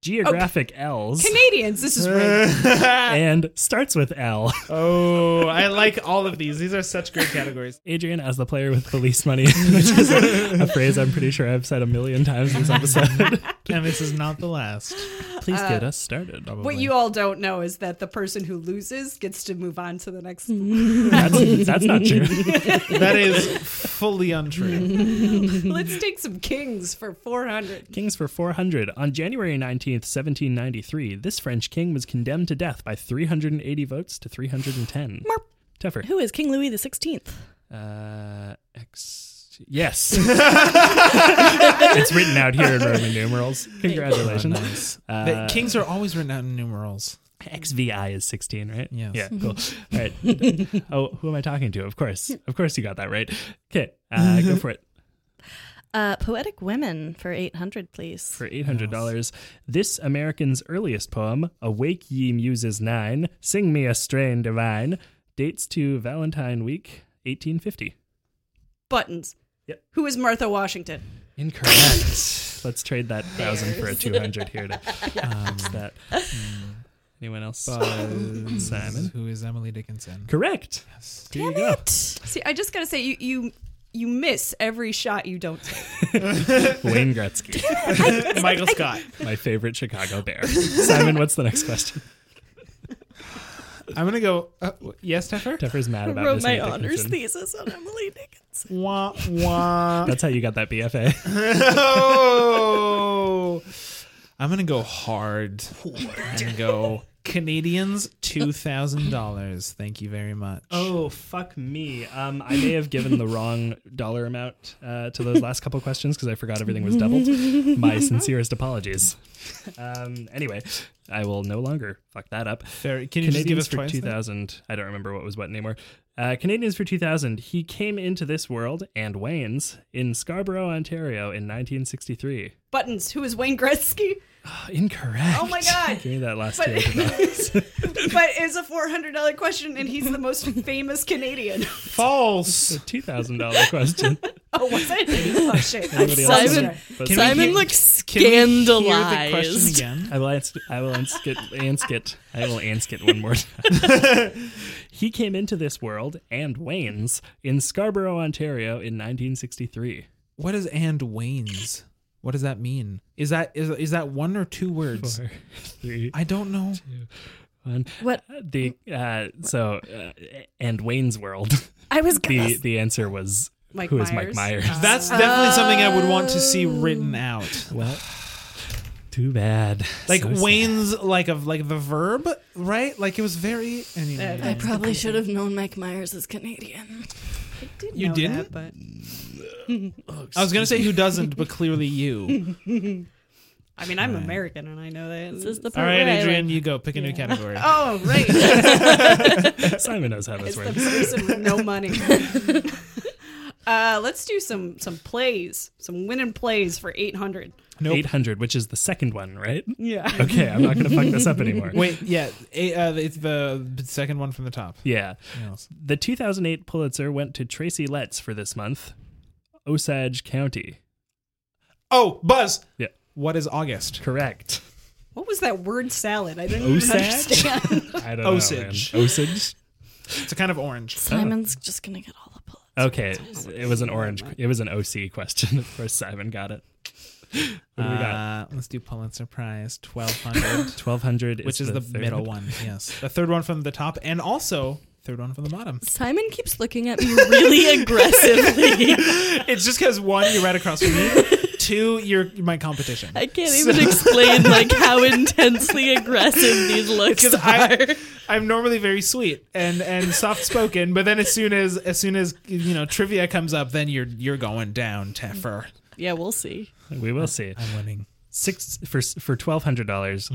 S3: Geographic L's
S5: Canadians, this is rigged.
S3: and starts with L.
S4: Oh, I like all of these. These are such great categories.
S3: Adrian as the player with the least money, which is a, a phrase I'm pretty sure I've said a million times this episode.
S4: And this is not the last.
S3: Please get us started.
S5: Uh, What you all don't know is that the person who loses gets to move on to the next.
S3: That's, that's not true.
S4: That is fully untrue.
S5: Let's take some kings for 400.
S3: Kings for 400. On January 19th, 1793, this French king was condemned to death by 380 votes to 310.
S7: Merp.
S4: Uh,
S3: Tougher.
S7: Who is King Louis the Sixteenth?
S3: Uh, X. Yes. it's written out here in Roman numerals. Congratulations. Uh,
S4: The kings are always written out in numerals.
S3: XVI is 16, right?
S4: Yes.
S3: Yeah, cool. All right. oh, who am I talking to? Of course. Of course you got that right. Okay, uh, go for it.
S7: Uh, poetic women for eight hundred, please.
S3: For $800, this American's earliest poem, Awake Ye Muses Nine, Sing Me a Strain Divine, dates to Valentine Week, 1850.
S5: Buttons.
S3: Yep.
S5: Who is Martha Washington?
S3: Incorrect. Let's trade that thousand for a 200 here to um, that. Hmm. Anyone else? Simon.
S4: Who is Emily Dickinson?
S3: Correct. Here you go.
S5: See, I just gotta say, you you you miss every shot you don't take.
S3: Wayne Gretzky.
S4: Michael Scott.
S3: My favorite Chicago Bear. Simon, what's the next question?
S4: I'm gonna go. Uh, yes, Teffer.
S3: Teffer's mad about
S7: Wrote
S3: Miss
S7: my
S3: Nate
S7: honors
S3: Dickinson.
S7: thesis on Emily Dickinson.
S4: Wah wah.
S3: That's how you got that BFA.
S4: Oh. I'm gonna go hard and go Canadians two thousand dollars. Thank you very much.
S3: Oh fuck me! Um, I may have given the wrong dollar amount uh, to those last couple questions because I forgot everything was doubled. My sincerest apologies. Um, anyway, I will no longer fuck that up.
S4: Very- can you just give
S3: Canadians
S4: us
S3: for
S4: twice?
S3: two
S4: then?
S3: thousand. I don't remember what was what anymore. Uh, Canadians for two thousand. He came into this world and Wayne's in Scarborough, Ontario, in 1963.
S5: Buttons. Who is Wayne Gretzky?
S3: Incorrect.
S5: Oh my God.
S3: Give me that last
S5: But,
S3: two. hundred dollars.
S5: but it's a four hundred dollar question, and he's the most famous Canadian.
S4: False.
S3: Two thousand dollar question.
S5: Oh, was it? Oh shit! I'm
S3: Anybody else?
S5: sorry.
S6: Simon-
S3: But-
S4: Can we
S6: Simon
S4: hear-
S6: looks
S4: Can we hear the question
S6: scandalized.
S4: again?
S3: I will ans- I will anskit anskit I will anskit one more time. he came into this world and Wayne's in Scarborough, Ontario, in 1963.
S4: What is and Wayne's? What does that mean? Is that is, is that one or two words?
S3: Four, three,
S4: I don't know.
S3: one.
S7: What?
S3: The uh, so uh, and Wayne's world.
S7: I was
S3: The
S7: gonna.
S3: the answer was
S5: Mike
S3: who is Mike
S5: Myers. Uh.
S3: Myers?
S4: That's definitely something I would want to see written out.
S3: well, Too bad.
S4: Like
S3: So sad.
S4: Wayne's like of like the verb, right? Like it was very anyway.
S6: I probably should have known Mike Myers is Canadian.
S5: Didn't
S4: You
S5: know
S4: didn't?
S5: that, but
S4: I was gonna say who doesn't, but clearly you.
S5: I mean, I'm American and I know that.
S6: This is the
S4: All
S6: part
S4: right,
S6: where I,
S4: Adrian,
S6: like-
S4: you go pick a new category.
S5: oh, right.
S3: Simon knows how this
S5: it's the
S3: works.
S5: person with no money. uh, let's do some some plays, some winning plays for 800.
S4: Nope.
S3: 800, which is the second one, right?
S5: Yeah.
S3: Okay, I'm not going to fuck this up anymore.
S4: Wait, yeah, eh, uh, it's the second one from the top.
S3: Yeah.
S4: Yeah.
S3: The 2008 Pulitzer went to Tracy Letts for this month, Osage County.
S4: Oh, Buzz.
S3: Yeah.
S4: What is August?
S3: Correct.
S5: What was that word salad? I didn't even
S3: Osage?
S5: understand.
S3: I don't
S4: Osage.
S3: know. man. Osage?
S4: It's a kind of orange.
S6: Simon's just gonna get all the bullets.
S3: Okay, it was an orange. It was an OC question. Of course, Simon got it. What do we got?
S4: Uh, let's do Pulitzer Prize twelve hundred,
S3: 1200
S4: which is the,
S3: third.
S4: middle one. Yes, the third one from the top, and also third one from the bottom.
S6: Simon keeps looking at me really aggressively.
S4: It's just because one, you're right across from me. Two, you're my competition.
S6: I can't even explain like how intensely aggressive these looks
S4: Because
S6: are.
S4: I, I'm normally very sweet and, and soft spoken, but then as soon as as soon as you know trivia comes up, then you're you're going down, Teffer.
S6: Yeah, we'll see.
S3: We
S4: Uh,
S3: will see.
S4: I'm winning.
S3: Six for for $1200. dollars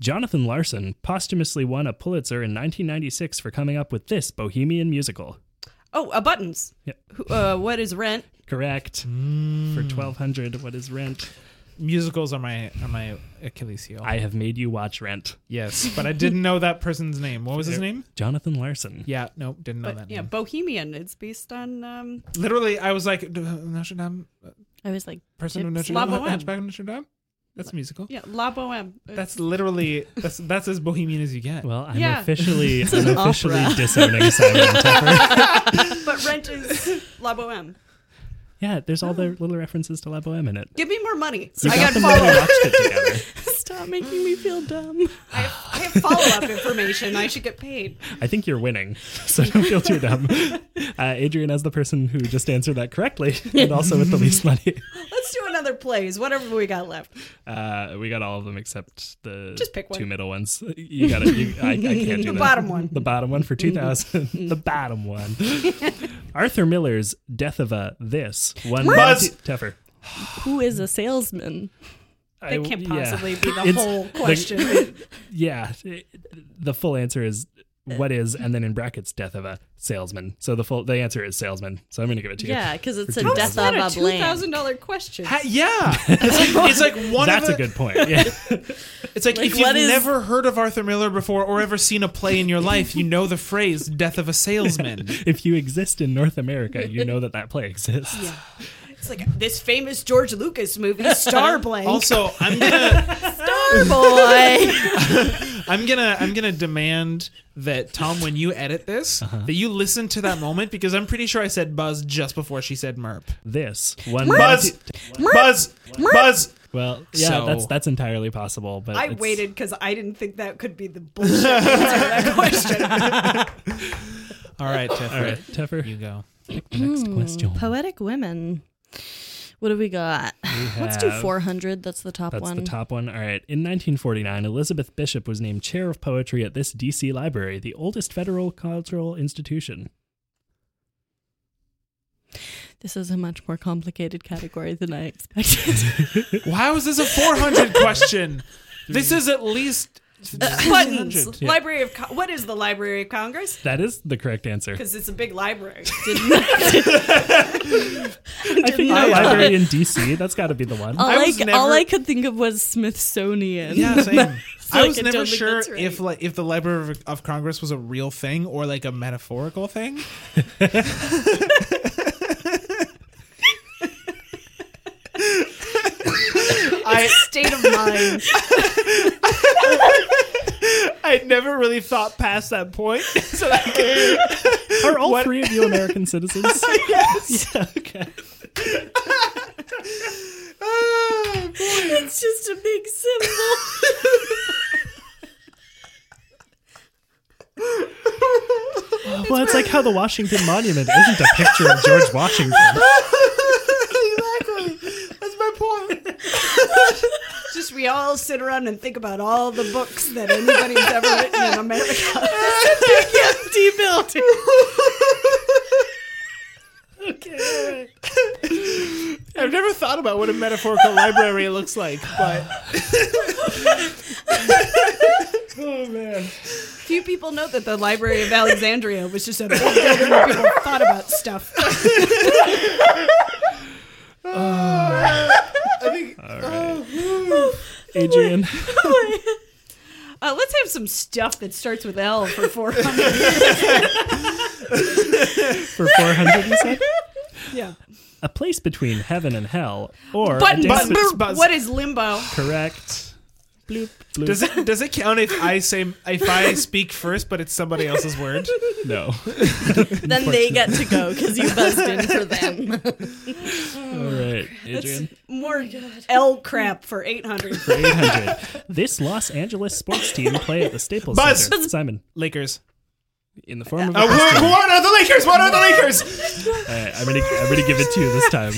S3: Jonathan Larson posthumously won a Pulitzer in 1996 for coming up with this Bohemian musical.
S5: Oh, uh, buttons.
S3: Yeah.
S5: Who- Uh, what is rent?
S3: Correct. For 1200, what is Rent?
S4: Musicals are my are my Achilles heel.
S3: I have made you watch Rent.
S4: yes, but I didn't know that person's name. What was his name?
S3: Jonathan Larson.
S4: Yeah, nope, didn't know
S5: But
S4: that
S5: yeah,
S4: name.
S5: Bohemian. It's based on um,
S4: Literally, I was like, "D- Notre Dame,
S6: I was like,
S4: person of
S5: It's
S4: Notre
S5: La
S4: Dame,
S5: Boheme.
S4: Hunchback of Notre Dame. That's a musical.
S5: yeah La Boheme.
S4: That's literally that's that's as bohemian as you get.
S3: Well, I'm
S5: Yeah.
S3: officially
S6: an
S3: I'm officially
S6: opera.
S3: disowning Simon Tepper.
S5: but rent is La Boheme.
S3: Yeah, there's all the little references to La Boheme in it.
S5: Give me more money.
S3: You
S5: I got
S3: them when we
S5: follow.
S3: watched it together.
S6: stop making me feel dumb.
S5: I have, I have follow up information. I should get paid.
S3: I think you're winning, so don't feel too dumb. Uh, Adrian, as the person who just answered that correctly, and also with the least money,
S5: Let's do another plays. Whatever we got left.
S3: uh, we got all of them except the
S5: Just pick one.
S3: two middle ones. You got it. You, I, I can't do
S5: The
S3: that.
S5: bottom one.
S3: The bottom one for
S5: Mm-hmm.
S3: 2000. the bottom one. Arthur Miller's Death of a This one
S4: Buzz.
S3: tougher.
S6: Who is a salesman?
S5: That can't possibly be the
S3: It's-
S5: whole question.
S3: Yeah, it- the full answer is
S5: Uh.
S3: what is, and then in brackets, death of a salesman. So the full the answer is salesman. So I'm gonna give it to you.
S6: Yeah, because it's a
S3: How is
S6: death
S5: Not
S6: of
S5: a
S6: a
S5: two
S6: blank.
S5: thousand dollar question.
S4: Ha- yeah, it's like, it's like one.
S3: That's
S4: of
S3: a good point. Yeah.
S4: It's like,
S6: Like,
S4: if
S6: what
S4: you've
S6: is-
S4: never heard of Arthur Miller before or ever seen a play in your life, you know the phrase "death of a salesman."
S3: if you exist in North America, you know that that play exists.
S5: It's like this famous George Lucas movie, Star Blank.
S4: Also, I'm gonna,
S6: Boy,
S4: I'm gonna, I'm gonna demand that Tom, when you edit this,
S3: Uh-huh.
S4: that you listen to that moment because I'm pretty sure I said "buzz" just before she said "merp."
S3: This one,
S4: Buzz, buzz, buzz.
S3: Well, yeah,
S4: So-
S3: that's that's entirely possible. But
S5: I
S3: it's-
S5: waited because I didn't think that could be the bullshit answer to that question.
S4: All right, Tiff,
S3: All right, Teffer,
S4: you go.
S3: next
S5: Hmm.
S6: Hmm.
S3: question.
S7: Poetic women. What do we got? Let's do
S3: have-
S7: 400. That's the top
S3: That's
S7: one.
S3: the top one. All right. In 1949, Elizabeth Bishop was named chair of poetry at this D.C. library, the oldest federal cultural institution.
S6: this is a much more complicated category than I expected.
S4: Why was this a 400 question? This is at least
S5: Uh, Buttons.
S4: 300.
S5: Library of Co- what is the Library of Congress?
S3: That is the correct answer.
S5: Because it's a big
S3: I
S5: library.
S3: think the library in D.C. That's got to be the one.
S6: All
S4: I
S6: I,
S4: was
S6: c- all
S4: never-
S6: I could think of was Smithsonian.
S4: Yeah, same. I
S6: like,
S4: was
S6: I
S4: never
S6: don't think
S4: sure
S6: that's right.
S4: if like if the Library of- of Congress was a real thing or like a metaphorical thing. I
S5: State of mind.
S4: I never really thought past that point. So like,
S3: Are all
S4: What-
S3: three of you American citizens? yes. Yeah, okay.
S6: It's just a big symbol.
S3: Well, it's like how the Washington Monument isn't a picture of George Washington.
S4: exactly. That's my point.
S5: Just we all sit around and think about all the books that anybody's ever written in America.
S6: empty building.
S4: I've never thought about what a metaphorical library looks like, but
S5: Few people know that the Library of Alexandria was just a big building where people thought about stuff.
S3: Adrian.
S5: Uh, let's have some stuff that starts with L for 400.
S3: for 400 you said
S5: Yeah.
S3: a place between heaven and hell or a
S5: Button,
S3: dance-
S4: Buttons,
S5: burr,
S4: buzz.
S5: What is limbo?
S3: correct bloop bloop
S4: does it does it count if I say if I speak first, but it's somebody else's word?
S3: no
S6: Then they get to go because you buzzed in for them.
S3: all right adrian
S7: Oh
S5: More L crap for 800.
S3: for 800 this los angeles sports team play at the staples
S4: Buzz.
S3: center simon
S4: Lakers.
S3: in the form of a
S4: Uh,
S3: question.
S4: wh- wh- what are the Lakers? What are the Lakers?
S3: All right, i'm gonna i'm gonna give it to you this time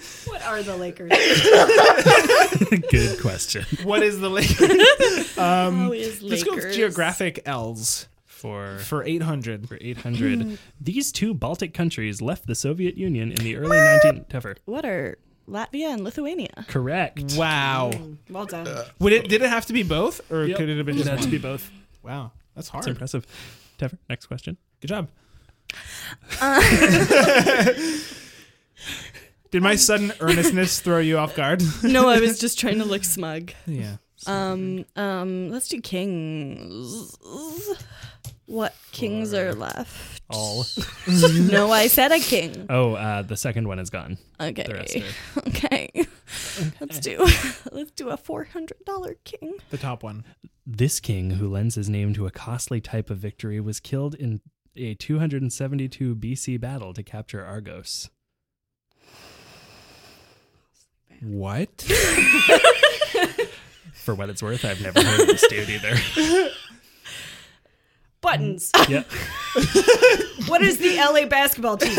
S5: What are the Lakers?
S3: good question
S4: What is the Lakers?
S6: How is
S4: Let's go with geographic L's
S3: for
S4: for eight hundred.
S3: for
S5: Hmm.
S3: 800 these two baltic countries left the soviet union in the early 19th ever
S7: What are Latvia and Lithuania?
S3: correct
S4: Wow.
S5: Well done.
S7: Uh,
S4: Would it did it have to be both, or
S3: Yep.
S4: could it have been
S3: It
S4: just
S3: had to
S4: one?
S3: be both
S4: Wow, that's
S3: it's
S4: hard.
S3: impressive Tever, next question
S4: Good job. Did my sudden earnestness throw you off guard?
S6: No, I was just trying to look smug.
S4: Yeah.
S7: Um, um, let's do kings. What kings are left?
S3: all
S7: no, I said a king.
S3: oh uh the second one is gone the rest
S7: Okay.
S3: are
S7: Okay. Let's do let's do a four hundred dollar king.
S4: The top one.
S3: This king, who lends his name to a costly type of victory, was killed in a 272 BC battle to capture Argos.
S4: What?
S3: For what it's worth, I've never heard of this dude either.
S5: Buttons.
S3: Yeah,
S5: What is the LA basketball team?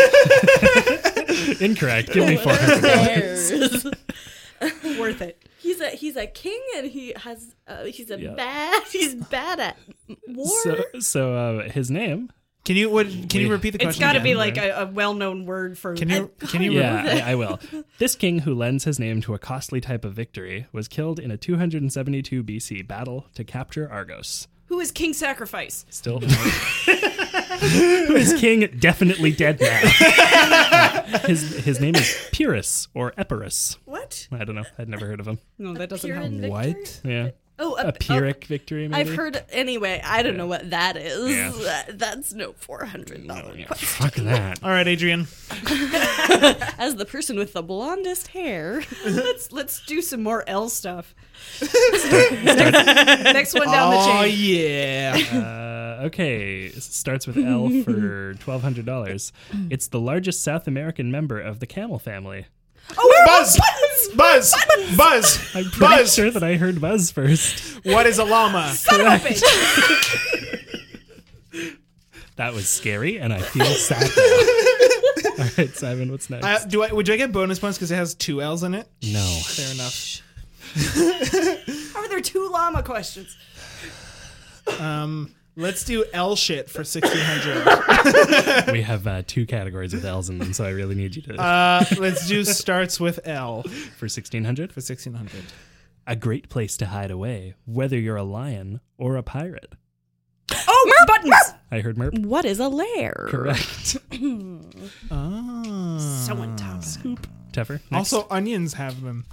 S3: incorrect. Give me 400.
S5: Worth it.
S7: He's a he's a king and he has uh, he's a
S3: Yeah.
S7: bad he's bad at war.
S3: So, so uh, his name?
S4: Can you what? Can you repeat the question?
S5: It's got to
S4: again?
S5: be like a, a well known word for.
S4: Can you? Can you?
S3: Yeah, I, I will. This king, who lends his name to a costly type of victory, was killed in a 272 BC battle to capture Argos.
S5: Who is King Sacrifice?
S3: Still. Who is king definitely dead now? his, his name is Pyrrhus or Epirus.
S5: What?
S3: I don't know. I'd never heard of him.
S5: No, that doesn't help.
S7: Pyrrhon victory?
S4: What?
S3: Yeah.
S7: Oh,
S3: A Pyrrhic victory, maybe?
S7: I've heard anyway. I don't know what that is.
S3: Yeah.
S7: That, that's no four hundred dollar.
S3: Yeah, fuck that.
S4: All right, Adrian.
S7: As the person with the blondest hair,
S5: Let's let's do some more L stuff. Next one down the
S4: Oh
S5: chain.
S4: yeah.
S3: Uh, okay. It starts with L for $1,200. It's the largest South American member of the camel family.
S4: Buzz. Buzz. Buzz.
S3: I'm pretty
S4: Buzz.
S3: sure that I heard Buzz first.
S4: What is a llama?
S3: That was scary, and I feel sad now. All right, Simon, what's next?
S4: I, Uh, do I? Would I get bonus points because it has two L's in it?
S3: no.
S4: Fair enough.
S5: How are there two llama questions?
S4: Um, let's do L shit for sixteen hundred.
S3: We have uh, two categories with L's in them, so I really need you to.
S4: Uh, let's do starts with L
S3: for 1600
S4: for sixteen hundred.
S3: A great place to hide away, whether you're a lion or a pirate.
S5: Oh, buttons.
S3: I heard Merp.
S7: what is a lair?
S3: Correct.
S4: Oh.
S5: Someone talks.
S3: Teffer. next.
S4: Also, onions have them.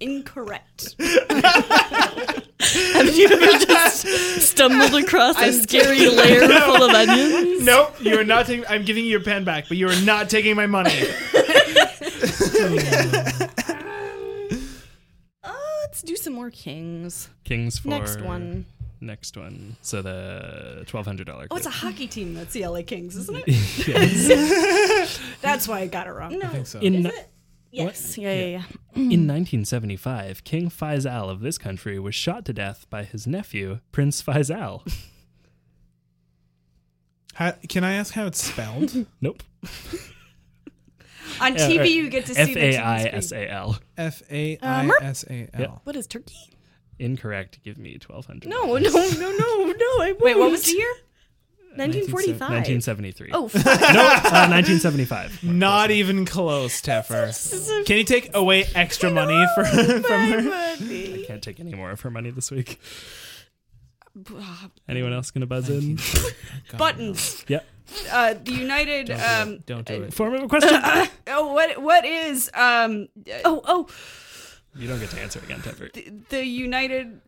S5: Incorrect.
S6: Have you ever just stumbled across a scary lair full of onions?
S4: Nope, you are not taking. I'm giving you your pen back, but you are not taking my money.
S6: Uh,
S7: Oh, let's do some more kings.
S3: Kings for
S7: Next one.
S3: Next one. So the twelve hundred dollar.
S5: Oh, it's a hockey team. That's the LA Kings, isn't it?
S3: yes.
S5: That's why I got it wrong.
S7: No.
S3: in,
S7: Yes. Yeah, yeah, yeah.
S3: in 1975, King Faisal of this country was shot to death by his nephew Prince Faisal.
S4: How, can I ask how it's spelled?
S3: nope.
S5: On TV, you get to see
S3: F
S5: the
S3: A I
S5: TV
S3: S
S5: screen.
S3: A L.
S4: F A I S A L.
S6: What is turkey?
S3: Incorrect. Give me twelve hundred.
S7: No, no, no, no, no. I won't.
S5: Wait, what was the year?
S7: 1945.
S3: Nineteen seventy-three.
S7: Oh, fuck.
S3: no, uh, nineteen seventy-five.
S4: Not even close, Teffer. Can you take away extra money for, from her?
S3: I can't take any more of her money this week. Anyone else gonna buzz in?
S5: Buttons.
S3: Yep.
S5: Uh, the United. Um,
S4: Don't do it.
S3: Form of a question.
S5: oh, what what is um,
S7: oh, oh.
S3: you don't get to answer again, Teffer.
S5: the, the United?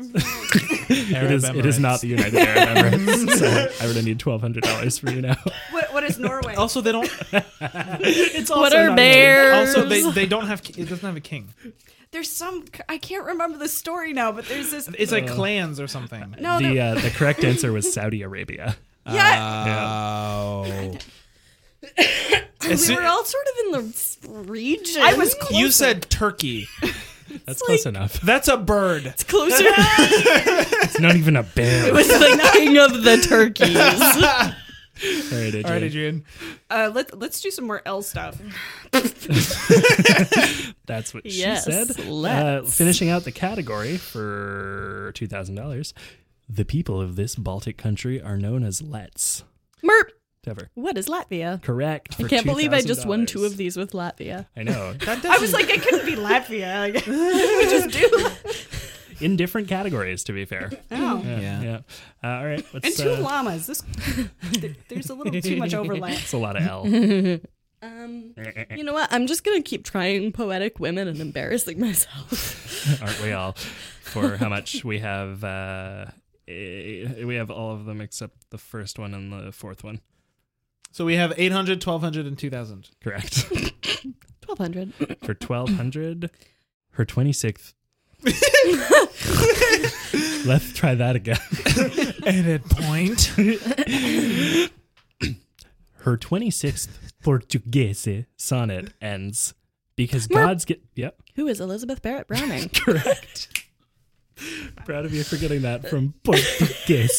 S3: It is. It is not the United Arab Emirates. so I would need twelve hundred dollars for you now.
S5: What what is Norway?
S4: Also, they don't.
S3: It's
S6: What are bears?
S4: Also, they, they don't have. It doesn't have a king.
S5: There's some. I can't remember the story now, but there's this.
S4: It's
S3: Uh.
S4: like clans or something.
S5: no,
S3: the
S5: the,
S3: uh, the correct answer was Saudi Arabia.
S5: yeah.
S4: Oh.
S6: we were all sort of in the region.
S5: I was close.
S4: you said turkey.
S3: That's close enough.
S4: That's a bird.
S6: closer.
S3: It's not even a bear.
S6: was the king of the turkeys.
S3: All right, Adrian.
S4: All right, Adrian.
S5: Uh, let let's do some more L stuff.
S3: That's what
S6: Yes,
S3: she said. Uh,
S6: let's.
S3: finishing out the category for two thousand dollars. The people of this Baltic country are known as Lets.
S6: Merp.
S3: Ever
S6: What is Latvia?
S3: correct?
S6: I
S3: for
S6: can't believe I just won
S3: $2,000.
S6: two of these with Latvia.
S3: I know.
S5: I was like, I couldn't be Latvia. Like, we just do.
S3: In different categories, to be fair.
S5: Oh.
S3: Yeah.
S4: Yeah.
S3: yeah. Uh, all right. Let's,
S5: And two
S3: uh,
S5: llamas. This there- there's a little too much overlap.
S3: It's a lot of L.
S6: Um, you know what? I'm just gonna keep trying poetic women and embarrassing myself.
S3: Aren't we all? For how much we have. Uh, eh, we have all of them except the first one and the fourth one.
S4: So we have 800, 1200, and 2000.
S3: Correct.
S6: Twelve hundred.
S3: For 1200, her 26th. Let's try that again.
S4: Edit point.
S3: her 26th Portuguese sonnet ends because God's get yep
S6: Who is Elizabeth Barrett Browning?
S3: correct. Proud of you for getting that from Portuguese.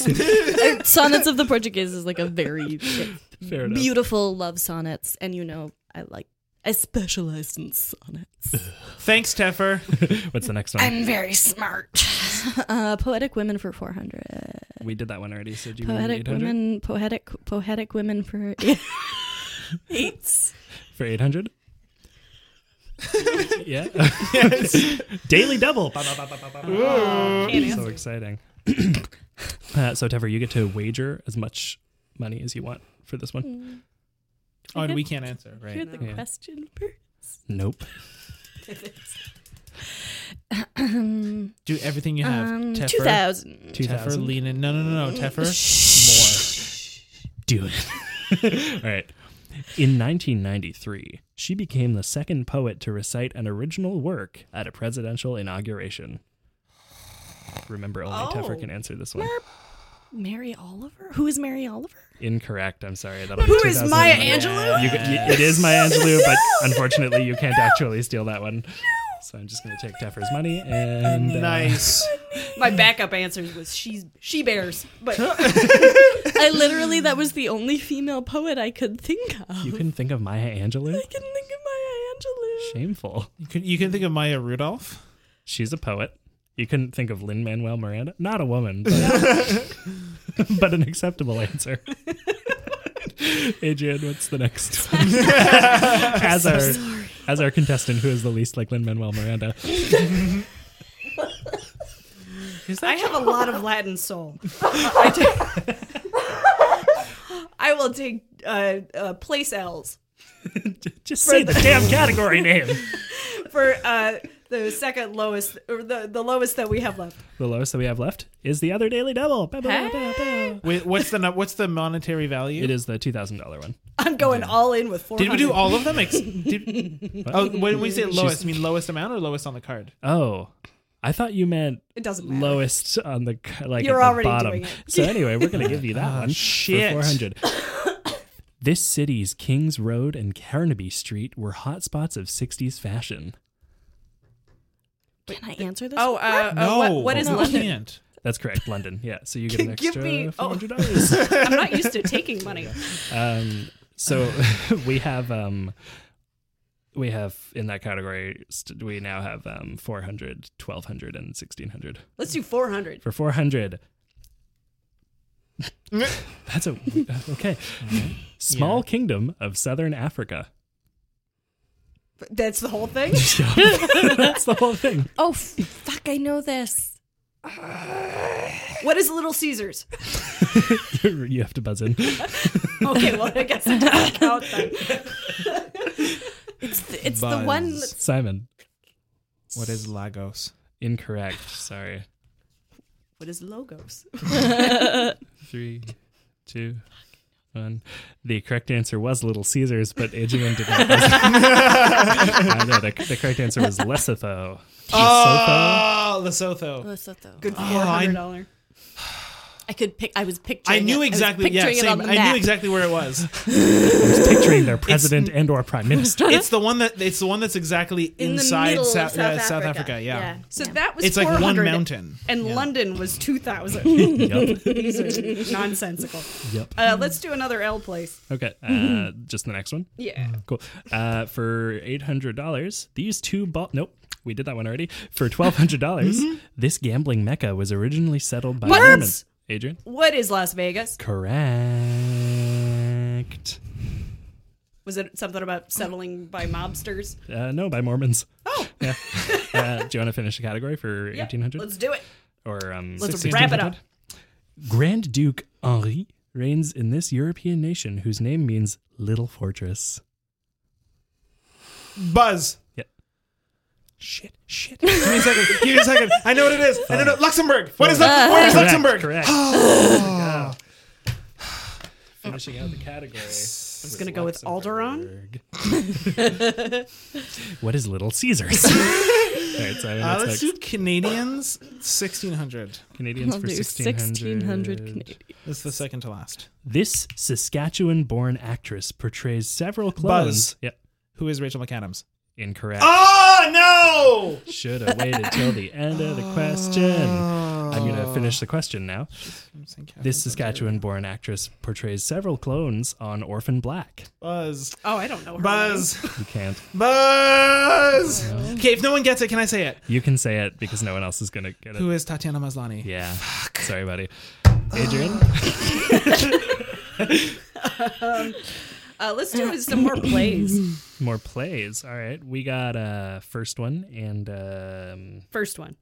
S6: Sonnets of the Portuguese is like a very
S3: Fair enough.
S6: beautiful love sonnets, and you know I like I specialize in sonnets.
S4: Thanks, Teffer.
S3: What's the next one?
S6: very smart. Uh, poetic women for four hundred.
S3: we did that one already. So do you mean
S6: Poetic
S3: 800
S6: women. Poetic poetic women for eight.
S3: for 800? yeah. Daily double. Oh, Ba, ba, ba, ba, ba, ba. so exciting. uh, so Tever, you get to wager as much money as you want for this one.
S4: Oh, and we can't answer,
S6: Hear
S4: right?
S6: Mm. the
S3: Yeah.
S6: question first.
S3: Nope.
S4: Do everything you have.
S6: Um,
S4: Teffer.
S6: two thousand.
S4: Teffer,
S3: 2000.
S4: lean in. No, no, no, no. Teffer.
S3: do it. All right. In 1993, she became the second poet to recite an original work at a presidential inauguration. Remember, only Teffer
S5: Oh.
S3: can answer this one.
S6: Mary Oliver. Who is Mary Oliver?
S3: Incorrect. I'm sorry. That'll
S5: Who
S3: be
S5: is Maya
S3: 2009.
S5: Angelou?
S3: You, can- you- it is Maya Angelou, but unfortunately, you can't actually steal that one. So I'm just going to take Teffer's money and uh,
S4: Nice.
S5: My backup answer was she's she bears, but
S6: I literally that was the only female poet I could think of.
S3: you can think of Maya Angelou.
S6: I can think of Maya Angelou.
S3: Shameful.
S4: You can, you can think of Maya Rudolph.
S3: She's a poet. You couldn't think of Lynn Manuel Miranda? Not a woman, but, but an acceptable answer. Adrian, what's the next one? as our as our contestant who is the least like Lynn Manuel Miranda.
S5: I have a lot of Latin soul. I, take- I will take uh, uh, place L's
S3: Just say the damn category name.
S5: for uh, the second lowest or the, the lowest that we have left.
S3: The lowest that we have left is the other Daily Double. Bow, bow, bow, bow, bow.
S4: Wait, what's the nu- what's the monetary value?
S3: It is the two thousand dollar one.
S5: I'm going all in with four.
S4: Did we do all of them? Ex- did, oh, when we say lowest, you mean lowest amount or lowest on the card?
S3: Oh, I thought you meant
S5: It doesn't matter.
S3: lowest on the c- like
S5: You're
S3: at the
S5: already
S3: bottom.
S5: doing it. Ah,
S3: So anyway, we're gonna give you that one
S4: shit.
S3: for four hundred. this city's Kings Road and Carnaby Street were hotspots of '60s fashion.
S6: Can I answer this?
S5: Oh, uh, uh,
S4: No.
S5: what, what is
S4: no,
S5: London?
S4: can't.
S3: That's correct, London. Yeah, so you get an
S5: Give
S3: extra
S5: me- oh.
S3: four hundred dollars.
S5: I'm not used to taking money.
S3: um, So we have um we have in that category st- we now have um 400, 1200 and 1600.
S5: Let's do 400.
S3: For 400 That's a uh, okay. Small kingdom of southern Africa.
S5: That's the whole thing?
S3: That's the whole thing.
S7: Oh, f- fuck, I know this.
S5: what is Little Caesars?
S3: you have to buzz in.
S5: Okay, well, I guess it doesn't count then.
S7: It's the, it's the one.
S4: Buzz.
S7: That,
S3: Simon,
S4: What is Lagos?
S3: incorrect. Sorry.
S5: What is Logos?
S3: Three, two, one. The correct answer was Little Caesars, but Adrian did not. buzz in. Uh, no, the, the correct answer was Lesotho. Lesotho.
S4: Oh, Lesotho.
S6: Lesotho.
S5: Good for
S4: I-
S5: $400.
S6: I could pick. I was picturing.
S4: I knew
S6: it. was
S4: exactly. Yeah,
S6: picturing it on
S4: same.
S6: the
S4: I
S6: map.
S4: knew exactly where it was.
S3: Picturing their president and or prime minister.
S4: It's the one that it's the one that's exactly
S7: in the
S4: inside
S7: middle of
S4: Sou-
S7: South,
S4: uh,
S7: Africa.
S4: South Africa. Yeah.
S5: So that was
S4: It's like one
S5: 400,
S4: mountain.
S5: And
S4: Yeah.
S5: London was 2,000.
S3: yep.
S5: These are nonsensical.
S3: Yep.
S5: Uh, let's do another L place.
S3: Okay. Uh, just the next one.
S5: Yeah.
S3: Cool. Uh, for eight hundred dollars, these two ball. Nope. We did that one already. For twelve hundred dollars, this gambling mecca was originally settled by
S5: Mm-hmm. What?
S3: Mormons. Adrian,
S5: What is Las Vegas?
S3: correct.
S5: Was it something about settling by mobsters?
S3: Uh, no, by Mormons. Oh. Yeah. Uh, do you want to finish the category for
S5: Yeah,
S3: eighteen hundred
S5: Let's do it.
S3: or um?
S5: Let's
S3: 1600?
S5: wrap it up.
S3: Grand Duke Henri reigns in this European nation whose name means little fortress.
S4: Buzz.
S3: Yeah.
S4: Shit, shit. Give me a second. Give me a second. I know what it is. I don't know. Luxembourg. What is Lux- where is
S3: Correct,
S4: Luxembourg?
S3: Correct. Finishing out the category. I
S5: was gonna go with Alderaan.
S3: what is Little Caesars? All right, Simon,
S4: Uh,
S3: what's
S4: let's
S3: next?
S4: do Canadians. 1600.
S3: Canadians
S6: I'll
S3: for
S6: do
S3: 1600.
S6: 1600 Canadian.
S4: That's the second to last.
S3: This Saskatchewan-born actress portrays several clones. Yep.
S4: Who is Rachel McAdams?
S3: Incorrect.
S4: Ah! Oh, no!
S3: Should have waited till the end of the question. I'm gonna finish the question now. This Saskatchewan-born actress portrays several clones on Orphan Black.
S4: Buzz.
S5: Oh, I don't know. Her
S4: Buzz.
S3: You can't.
S4: Buzz. Okay, if no one gets it, can I say it?
S3: You can say it because no one else is gonna get it.
S4: Who is Tatiana Maslany?
S3: Yeah. Sorry, buddy. Adrian,
S5: Uh, let's do some more plays.
S3: more plays. All right, we got uh first one and um
S5: First one.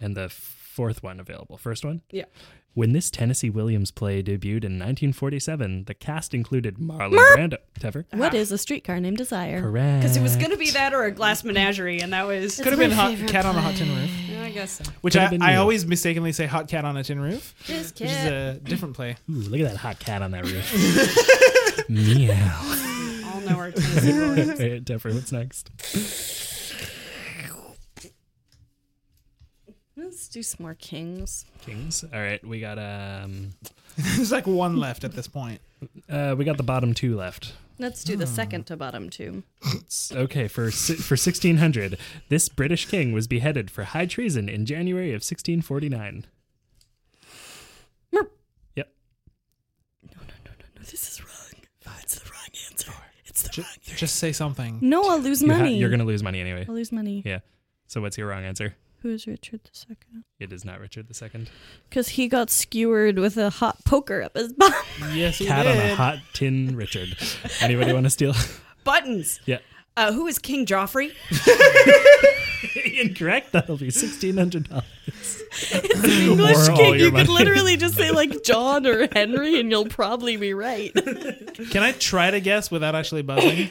S3: and the fourth one available. First one.
S5: Yeah.
S3: When this Tennessee Williams play debuted in 1947, the cast included Marlon Brando. Tever.
S7: What is a streetcar named Desire?
S3: Correct.
S5: Because it was going to be that or a glass menagerie, and that was.
S4: Could have been hot cat on a hot tin roof,
S5: I guess so.
S4: which
S3: Could have
S4: I,
S3: been
S4: I
S3: you.
S4: always mistakenly say hot cat on a tin roof, which is a different play.
S3: Ooh, look at that hot cat on that roof. Meow.
S5: All know our Tennessee Williams.
S3: Hey, Tever, what's next?
S7: Let's do some more kings.
S3: Kings. All right, we got um
S4: There's like one left at this point.
S3: uh we got the bottom two left.
S7: Let's do
S4: Hmm.
S7: the second to bottom two.
S3: S- Okay, for si- for 1600, this British king was beheaded for high treason in January of 1649.
S7: Merp.
S3: Yep.
S7: No, this is wrong. it's the wrong answer. It's the
S4: Ju- Just say something.
S7: No, I'll lose
S3: You ha-
S7: money.
S3: you're going to lose money anyway.
S7: I'll lose money.
S3: Yeah. So what's your wrong answer?
S7: Who is Richard II?
S3: It is not Richard II.
S7: Because he got skewered with a hot poker up his bum.
S4: Yes, you
S3: Cat on a
S4: did.
S3: hot tin Richard. Anybody want to steal?
S5: Buttons.
S3: yeah.
S5: Uh, who is King Joffrey?
S3: Incorrect. That'll be $1,600.
S7: English
S3: Or all
S7: king.
S3: your
S7: You could
S3: money.
S7: literally just say like John or Henry, and you'll probably be right.
S4: Can I try to guess without actually buzzing?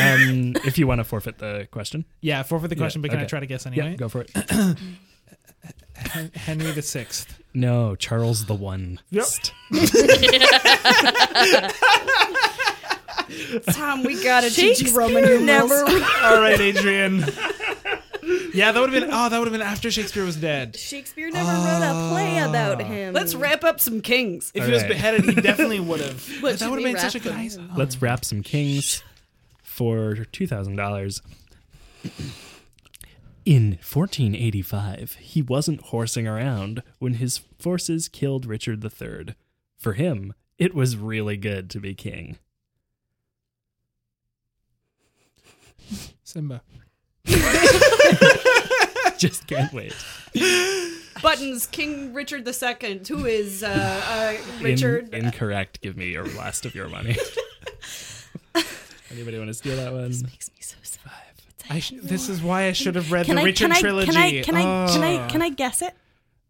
S3: Um, if you want to forfeit the question.
S4: yeah, forfeit the question, but can I
S3: okay.
S4: try to guess
S3: Yeah,
S4: anyway?
S3: go for it.
S4: Hen- Henry the Sixth.
S3: No, Charles the One.
S4: Yep.
S5: Tom, we got to teach
S7: Shakespeare
S5: Roman numerals.
S7: never.
S4: All right, Adrian. Yeah, that would have been. Oh, that would have been after Shakespeare was dead.
S7: Shakespeare never wrote a play
S3: Ah.
S7: about him.
S5: Let's wrap up some kings.
S4: If
S3: All
S4: he was
S3: right.
S4: beheaded, he definitely would have. But
S7: should
S4: that would
S7: we
S4: have made
S7: wrap
S4: such a good
S7: them?
S4: idea.
S3: Let's wrap some kings for $2,000. In 1485, he wasn't horsing around when his forces killed Richard III. For him, it was really good to be king.
S4: Simba.
S3: Just can't wait.
S5: Buttons King Richard II, who is uh, uh,
S3: In-
S5: Richard.
S3: incorrect. Give me your last of your money. Anybody want to steal that one?
S7: Makes me so sad.
S4: I sh- this is why I should have read
S7: Can
S4: the
S7: I,
S4: Richard
S7: can, I,
S4: trilogy.
S7: can I? Can I? Can I?
S4: Ah.
S7: Can I guess it?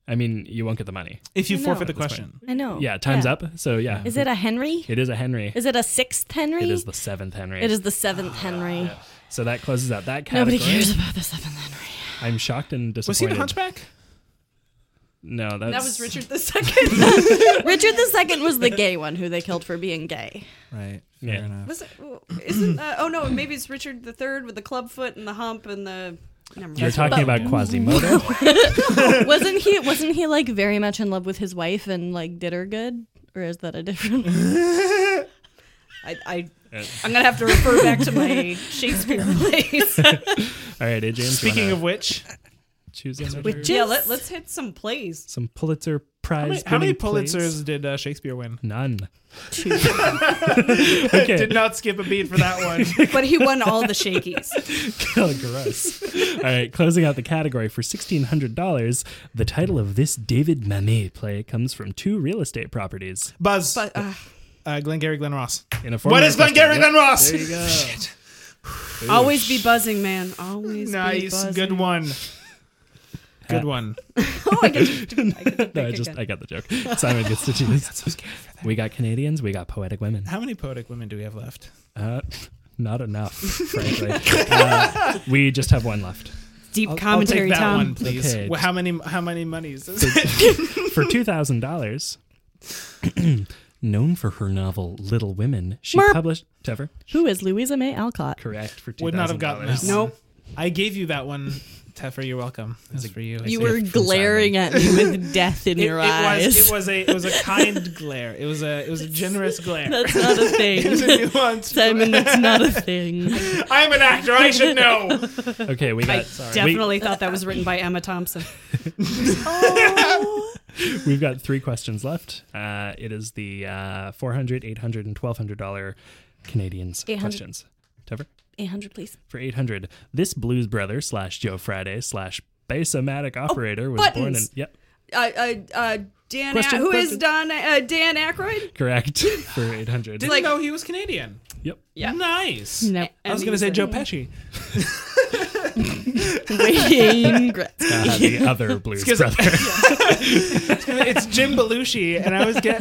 S3: I mean, you won't get the money.
S4: If you
S7: No,
S4: forfeit the
S3: that's fine.
S4: question,
S7: I know.
S3: Yeah, time's up. So yeah,
S7: Oh. Is it a Henry?
S3: It is a Henry.
S7: Is it a sixth Henry?
S3: It is the seventh Henry.
S7: It is the seventh Henry.
S3: So that closes out that category.
S7: Nobody cares about the seventh Henry.
S3: I'm shocked and
S4: was he
S3: disappointed.
S4: the Hunchback?
S3: No, that's
S5: that was Richard II.
S7: Richard II was the gay one who they killed for being gay.
S4: Right.
S3: fair Yeah.
S4: enough.
S5: was it, isn't, uh, oh no, maybe it's Richard III with the club foot and the hump and the. Never mind.
S3: You're talking
S5: Oh.
S3: about Quasimodo.
S7: wasn't he? Wasn't he like very much in love with his wife and like did her good? Or is that a different?
S5: I, I, I'm going to have to refer back to my Shakespeare plays.
S3: All right, AJ.
S4: Speaking of which,
S3: choose another-
S5: yeah, let, let's hit some plays.
S3: some Pulitzer Prize.
S4: how many, how many
S3: winning plays?
S4: Pulitzers did uh, Shakespeare win?
S3: None.
S4: Did
S3: okay.
S4: not skip a beat for that one.
S5: But he won all the shakies.
S3: Oh, gross. All right, closing out the category for $1,600, the title of this David Mamet play comes from two real estate properties.
S4: Buzz.
S5: But uh,
S4: uh, Glengarry Glen Ross.
S3: In a
S4: What
S3: former
S4: is Glengarry
S3: question-
S4: Glen Ross?
S3: There you go.
S5: always be buzzing, man. Always be
S4: Nice,
S5: buzzing.
S4: good one. Good one.
S5: Oh, I get to, I get to
S3: No, I
S5: pick
S3: just
S5: again.
S3: I got the joke. Simon gets to choose. We got Canadians. We got poetic women.
S4: How many poetic women do we have left?
S3: Uh, not enough, frankly. Uh, we just have one left.
S5: Deep
S4: I'll take
S5: commentary,
S4: that
S5: Tom.
S4: one, please.
S3: Okay.
S4: Well, how many? How many monies? Is
S3: For two thousand dollars, known for her novel Little Women, she
S7: Merp.
S3: published Tever.
S7: Who is Louisa May Alcott?
S3: Correct for two
S4: Would not have gotten that.
S5: Nope.
S4: I gave you that one, Teffer. You're welcome. That's for you.
S6: You
S3: It's
S6: were
S3: if from
S6: glaring at me with death in
S4: It, it
S6: your eyes.
S4: was. It was a. It was a kind glare. It was a. It was a generous glare.
S6: That's not a
S4: It was a
S6: thing.
S4: nuanced.
S6: Simon, that's not a thing.
S4: I'm an actor. I should know.
S3: Okay, we
S5: I
S4: Uh,
S3: got. sorry.
S5: definitely thought that was written by Emma Thompson.
S3: We, we've got three questions left. Uh, it is the uh, 400 800 and 1200 dollar Canadians
S7: 800.
S3: questions. Tever.
S7: Eight hundred, please.
S3: for 800. This blues brother slash Joe Friday slash basomatic operator was born in.
S5: Oh, buttons.
S3: Yep,
S5: Uh, uh, uh, Dan,
S3: Question,
S5: A- who is
S3: question.
S5: Don? Uh, Dan Aykroyd?
S3: correct. For 800.
S4: Didn't know he was Canadian.
S3: yep.
S5: Yeah.
S4: Nice.
S7: No,
S4: I was
S5: And
S4: gonna
S5: he's
S4: say
S5: in-
S4: Joe Pesci.
S6: Wayne Gretzky.
S3: Uh, the other blues
S4: Excuse me.
S3: brother.
S4: it's Jim Belushi, and I always get.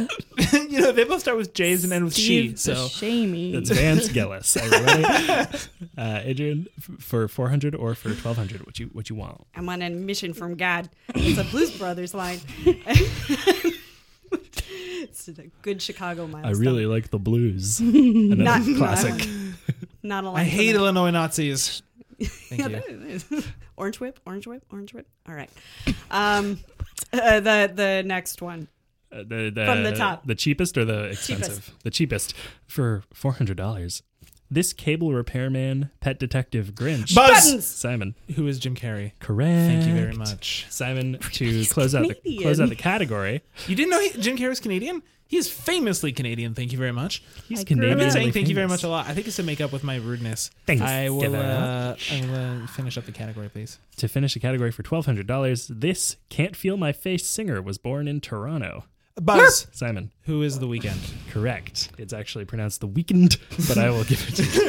S4: you know, they both start with J's and end with she.
S7: Steve
S4: So
S7: Buscemi.
S3: That's Vance Gillis, everybody. Uh, Adrian, f- for 400 or for 1200, what you what you want?
S5: I'm on a mission from God. It's a Blues Brothers line. it's a good Chicago
S3: I
S5: milestone.
S3: really like the blues. Another
S5: Not-
S3: classic.
S5: not a line.
S4: I
S5: for
S4: hate
S5: that.
S4: Illinois Nazis. Thank you.
S5: orange whip, orange whip, orange whip. All right. Um, uh, the the next one.
S3: Uh, the, the,
S5: From the top.
S3: The cheapest or the expensive? The cheapest for $400. This cable repairman, pet detective Grinch.
S4: Buzz.
S5: Buttons.
S3: Simon.
S4: Who is Jim Carrey?
S3: Correct.
S4: Thank you very much.
S3: Simon, to close out the
S7: Canadian.
S3: close out the category,
S4: You didn't know he, Jim Carrey was Canadian? He is famously Canadian. Thank you very much.
S3: he's
S4: I've
S3: Canadian.
S4: been saying thank you very much a lot. I think it's to make up with my rudeness.
S3: Thanks.
S4: I
S3: Give
S4: will.
S3: it
S4: Uh, I will uh, finish up the category, please.
S3: To finish the category for twelve hundred dollars, this "Can't Feel My Face" singer was born in Toronto.
S4: Buzz.
S3: Simon,
S4: Who is the weekend?
S3: correct. It's actually pronounced the weekend, but I will give it to you.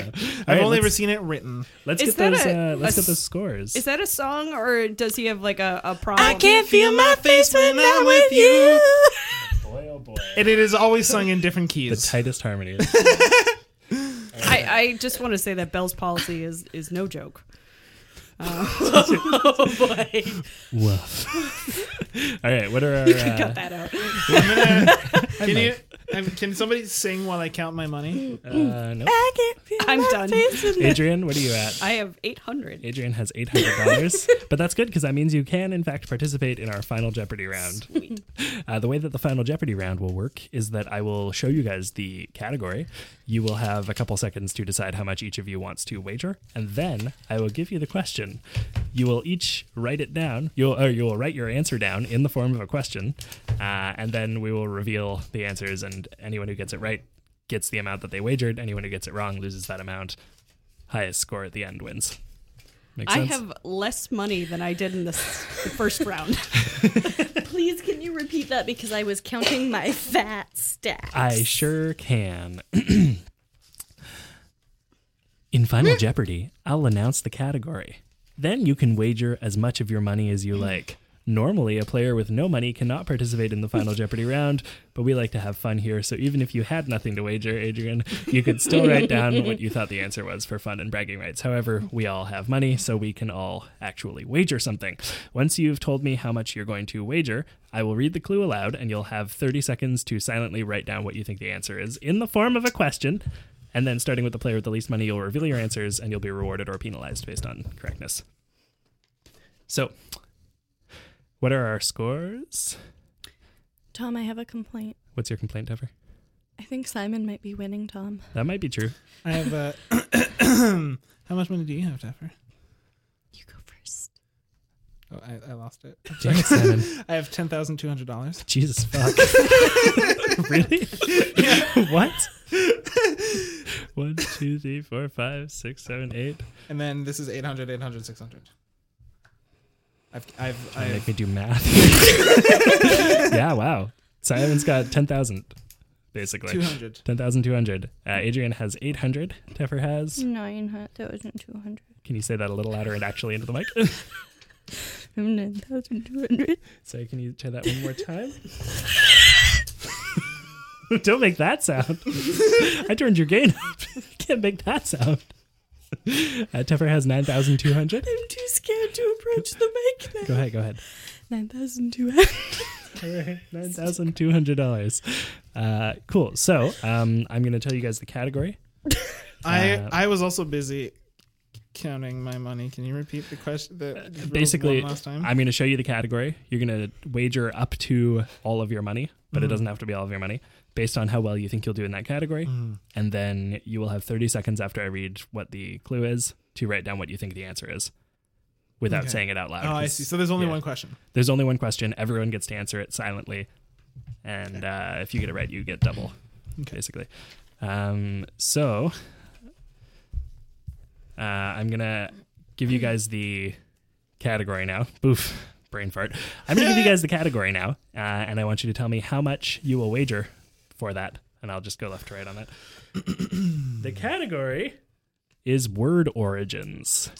S3: Yeah. All
S4: I've
S3: right,
S4: only ever
S3: let's,
S4: seen it written.
S3: let's
S5: Is
S3: get those.
S5: that a-
S3: uh, let's
S5: a
S3: get those scores.
S5: Is that a song or does he have like a, a problem?
S4: feel my face when I'm with you.
S3: boy, oh boy,
S4: And it is always sung in different
S3: the
S4: keys.
S3: tightest harmonies.
S5: I, I just want to say that Bell's policy is is no joke. Uh,
S3: Woof. All right, what are our? Uh,
S5: Cut that out.
S4: can you? um, can somebody sing while I count my money?
S3: uh, nope.
S5: I'm done.
S3: Adrian, what are you at?
S5: I have 800.
S3: Adrian has eight hundred dollars, but that's good because that means you can, in fact, participate in our final Jeopardy round. Uh, the way that the final Jeopardy round will work is that I will show you guys the category. You will have a couple seconds to decide how much each of you wants to wager, and then I will give you the question. You will each write it down. You'll or you will write your answer down in the form of a question, uh, and then we will reveal the answers. And anyone who gets it right gets the amount that they wagered. Anyone who gets it wrong loses that amount. highest score at the end wins. Makes
S5: I
S3: sense?
S5: have less money than I did in the, s- the first round.
S7: Please, can you repeat that because I was counting my fat stacks.
S3: I sure can. In Final Jeopardy, I'll announce the category. Then you can wager as much of your money as you like. Normally, a player with no money cannot participate in the Final Jeopardy round, but we like to have fun here, so even if you had nothing to wager, Adrian, you could still write down what you thought the answer was for fun and bragging rights. However, we all have money, so we can all actually wager something. Once you've told me how much you're going to wager, I will read the clue aloud, and you'll have 30 seconds to silently write down what you think the answer is in the form of a question. And then, starting with the player with the least money, you'll reveal your answers and you'll be rewarded or penalized based on correctness. So, what are our scores?
S7: Tom, I have a complaint.
S3: What's your complaint, Tuffer?
S7: I think Simon might be winning, Tom.
S3: That might be true.
S4: I have uh, how much money do you have, Taffer?
S7: You go first.
S4: Oh, I, I lost it.
S3: Damn it, Simon.
S4: I have ten thousand two hundred dollars.
S3: Jesus fuck. really? what? One, two, three, four, five, six, seven, eight.
S4: And then this is 800, 800, 600. I've, I've,
S3: Trying to make
S4: I've
S3: me do math. yeah, wow. Simon's got 10,000, basically.
S4: 200.
S3: 10,200. Uh, Adrian has 800. Teffer has.
S7: Nine hundred thousand two hundred.
S3: Can you say that a little louder and actually into the mic?
S7: Nine thousand two hundred.
S3: so, can you try that one more time? Don't make that sound. I turned your gain up. Can't make that sound. Uh, Teffer has 9,200.
S7: I'm too scared to approach the mic now.
S3: Go ahead, go ahead.
S7: Nine thousand two hundred.
S3: Nine thousand two hundred dollars. Uh, cool. So um, I'm going to tell you guys the category.
S4: I,
S3: uh,
S4: I was also busy counting my money. Can you repeat the question? The, the rules
S3: Basically,
S4: one last time.
S3: I'm going to show you the category. You're going to wager up to all of your money, but
S4: Mm.
S3: it doesn't have to be all of your money, based on how well you think you'll do in that category.
S4: Mm.
S3: And then you will have 30 seconds after I read what the clue is to write down what you think the answer is, without
S4: Okay.
S3: saying it out loud.
S4: oh, I
S3: 'cause
S4: see. So there's only
S3: yeah.
S4: one question.
S3: There's only one question. Everyone gets to answer it silently, and uh, if you get it right, you get double,
S4: Okay.
S3: basically. Um, so uh, I'm gonna give you guys the category now. Boof, brain fart. I'm gonna give you guys the category now, uh, and I want you to tell me how much you will wager for that, and I'll just go left to right on that. the category is word origins.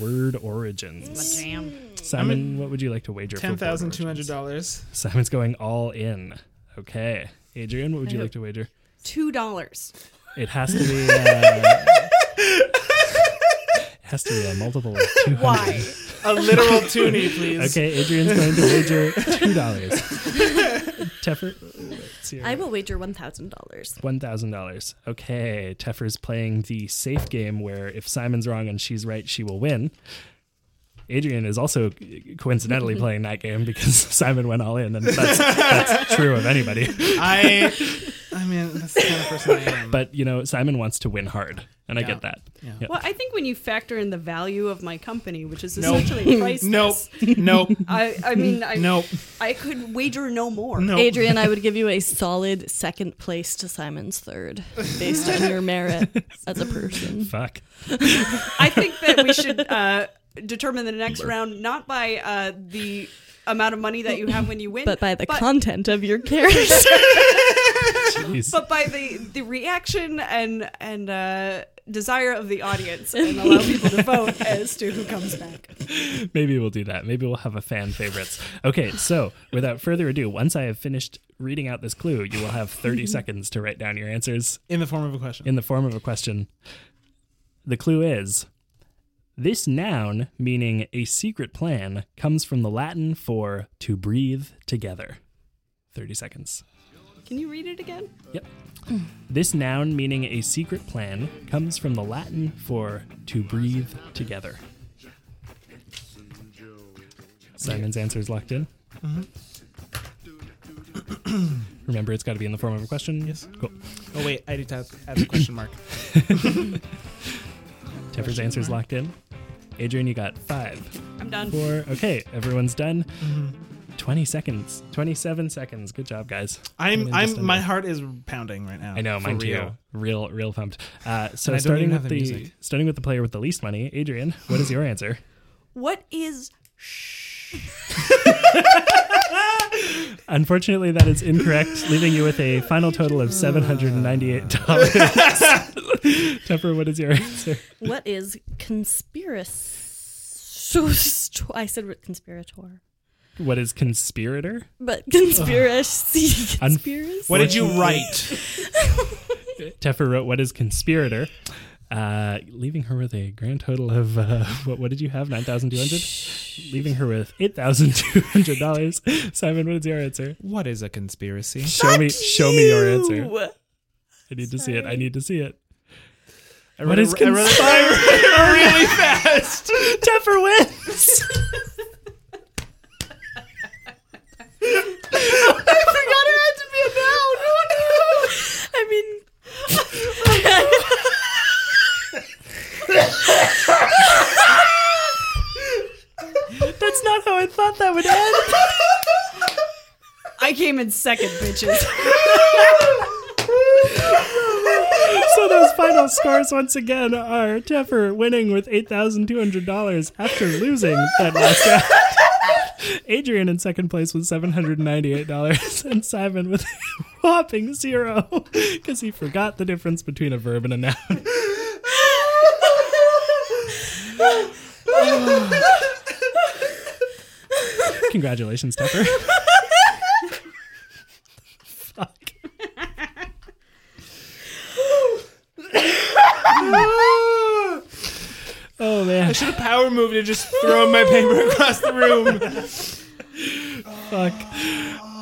S3: Word origins. Simon, what would you like to wager? for
S4: Ten thousand
S3: board
S4: two
S3: origins?
S4: hundred dollars.
S3: Simon's going all in. Okay, Adrian, what would you like to wager?
S5: Two dollars.
S3: It has to be. Uh, it has to be a multiple of two hundred.
S5: Why?
S4: A literal toonie, please.
S3: Okay, Adrian's going to wager two dollars. Teffer, let's see.
S7: I will wager one thousand dollars.
S3: One thousand dollars. Okay, Teffer's playing the safe game where if Simon's wrong and she's right, she will win. Adrian is also coincidentally playing that game because Simon went all in, and that's, that's true of anybody.
S4: I, I mean, that's the kind of person I am.
S3: But you know, Simon wants to win hard, and I
S4: Yeah.
S3: get that.
S4: Yeah.
S3: Yeah.
S5: Well, I think when you factor in the value of my company, which is
S4: Nope.
S5: essentially priceless,
S4: nope, nope,
S5: I, I mean, I,
S4: nope,
S5: I could wager no more.
S4: nope.
S7: Adrian, I would give you a solid second place to Simon's third, based on your merit as a person.
S3: Fuck.
S5: I think that we should uh, determine the next round not by uh, the amount of money that you have when you win,
S7: But by the
S5: but,
S7: content of your character.
S3: Jeez.
S5: but by the, the reaction and and uh, desire of the audience, and allow people to vote as to who comes back.
S3: Maybe we'll do that. Maybe we'll have a fan favorites. Okay, so without further ado, once I have finished reading out this clue, you will have 30 seconds to write down your answers
S4: In the form of a question.
S3: in the form of a question. The clue is this noun, meaning a secret plan, comes from the Latin for to breathe together. 30 seconds.
S5: Can you read it again?
S3: Yep. This noun, meaning a secret plan, comes from the Latin for to breathe together. Simon's answer is locked in.
S4: Mm-hmm.
S3: Remember, it's got to be in the form of a question. Yes. Cool.
S4: oh wait, I need to add- add the question mark.
S3: Teffer's answer is locked in. Adrian, you got five,
S5: I'm done.
S4: Mm-hmm.
S3: four. Okay, everyone's done. 20 seconds. 27 seconds. Good job, guys.
S4: I'm
S3: Coming in just
S4: I'm
S3: under.
S4: my heart is pounding right now.
S3: I know,
S4: for
S3: mine
S4: real.
S3: too. Real, real pumped. Uh, so
S4: I don't
S3: starting
S4: even
S3: with
S4: have
S3: the
S4: the music.
S3: starting with the player with the least money, Adrian. What is your answer?
S5: What is
S3: Unfortunately, that is incorrect, leaving you with a final total of seven hundred and ninety-eight dollars. Tepper, what is your answer?
S7: What is conspiracy? I said conspirator,
S3: What is conspirator?
S7: but conspiracy.
S3: Un-
S7: Conspiracy.
S4: What did you write?
S3: Teffer wrote, "What is conspirator?" Uh, leaving her with a grand total of uh, what? What did you have? Nine thousand two hundred. Leaving her with eight thousand two hundred dollars. Simon, what is your answer?
S4: what is a conspiracy?
S3: Show me, show me your answer. I need to see it. I need to see it. What is
S4: I read it-
S3: conspirator? really fast. Teffer wins.
S7: I mean,
S3: That's not how I thought that would end.
S5: I came in second, bitches.
S3: So those final scores once again are Teffer winning with eight thousand two hundred dollars after losing that last round. Adrian in second place with seven hundred ninety-eight dollars, and Simon with a whopping zero because he forgot the difference between a verb and a noun. Congratulations, Teffer. Fuck. Oh man.
S4: I should have power moved and just thrown my paper across the room.
S3: fuck.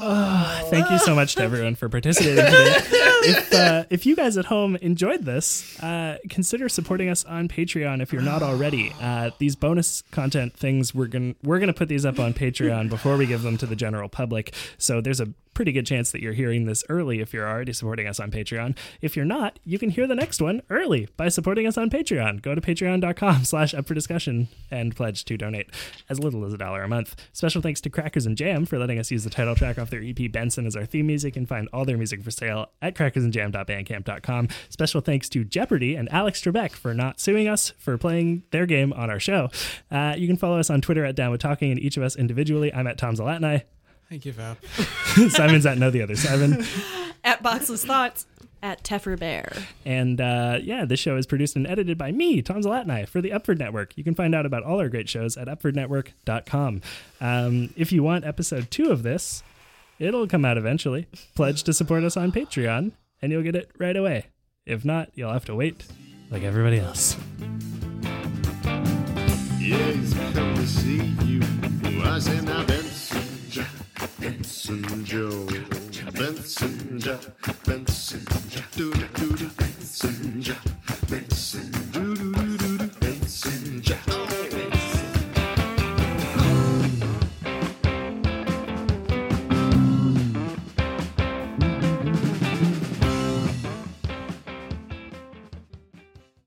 S3: Ah, thank you so much to everyone for participating today. If, uh, if you guys at home enjoyed this, uh, consider supporting us on Patreon if you're not already. Uh, these bonus content things we're gonna we're gonna put these up on Patreon before we give them to the general public. So there's a pretty good chance that you're hearing this early if you're already supporting us on Patreon. If you're not, you can hear the next one early by supporting us on Patreon. Go to patreon.com slash up for discussion and pledge to donate as little as a dollar a month. Special thanks to Crackers and Jam for letting us use the title track off their EP Benson as our theme music and find all their music for sale at crackersandjam.bandcamp.com. Special thanks to Jeopardy and Alex Trebek for not suing us for playing their game on our show. Uh, you can follow us on Twitter at Down With Talking and each of us individually. I'm at Tom Zalatni.
S4: I give up.
S3: Simon's at Know the Other Simon.
S5: At Boxless Thoughts.
S7: at Teffer Bear.
S3: And uh, yeah, this show is produced and edited by me, Tom Zalatni, for the Upford Network. You can find out about all our great shows at upfordnetwork.com. Um, if you want episode two of this, it'll come out eventually. Pledge to support us on Patreon, and you'll get it right away. If not, you'll have to wait like everybody else.
S2: Yes, come to see you. Was in a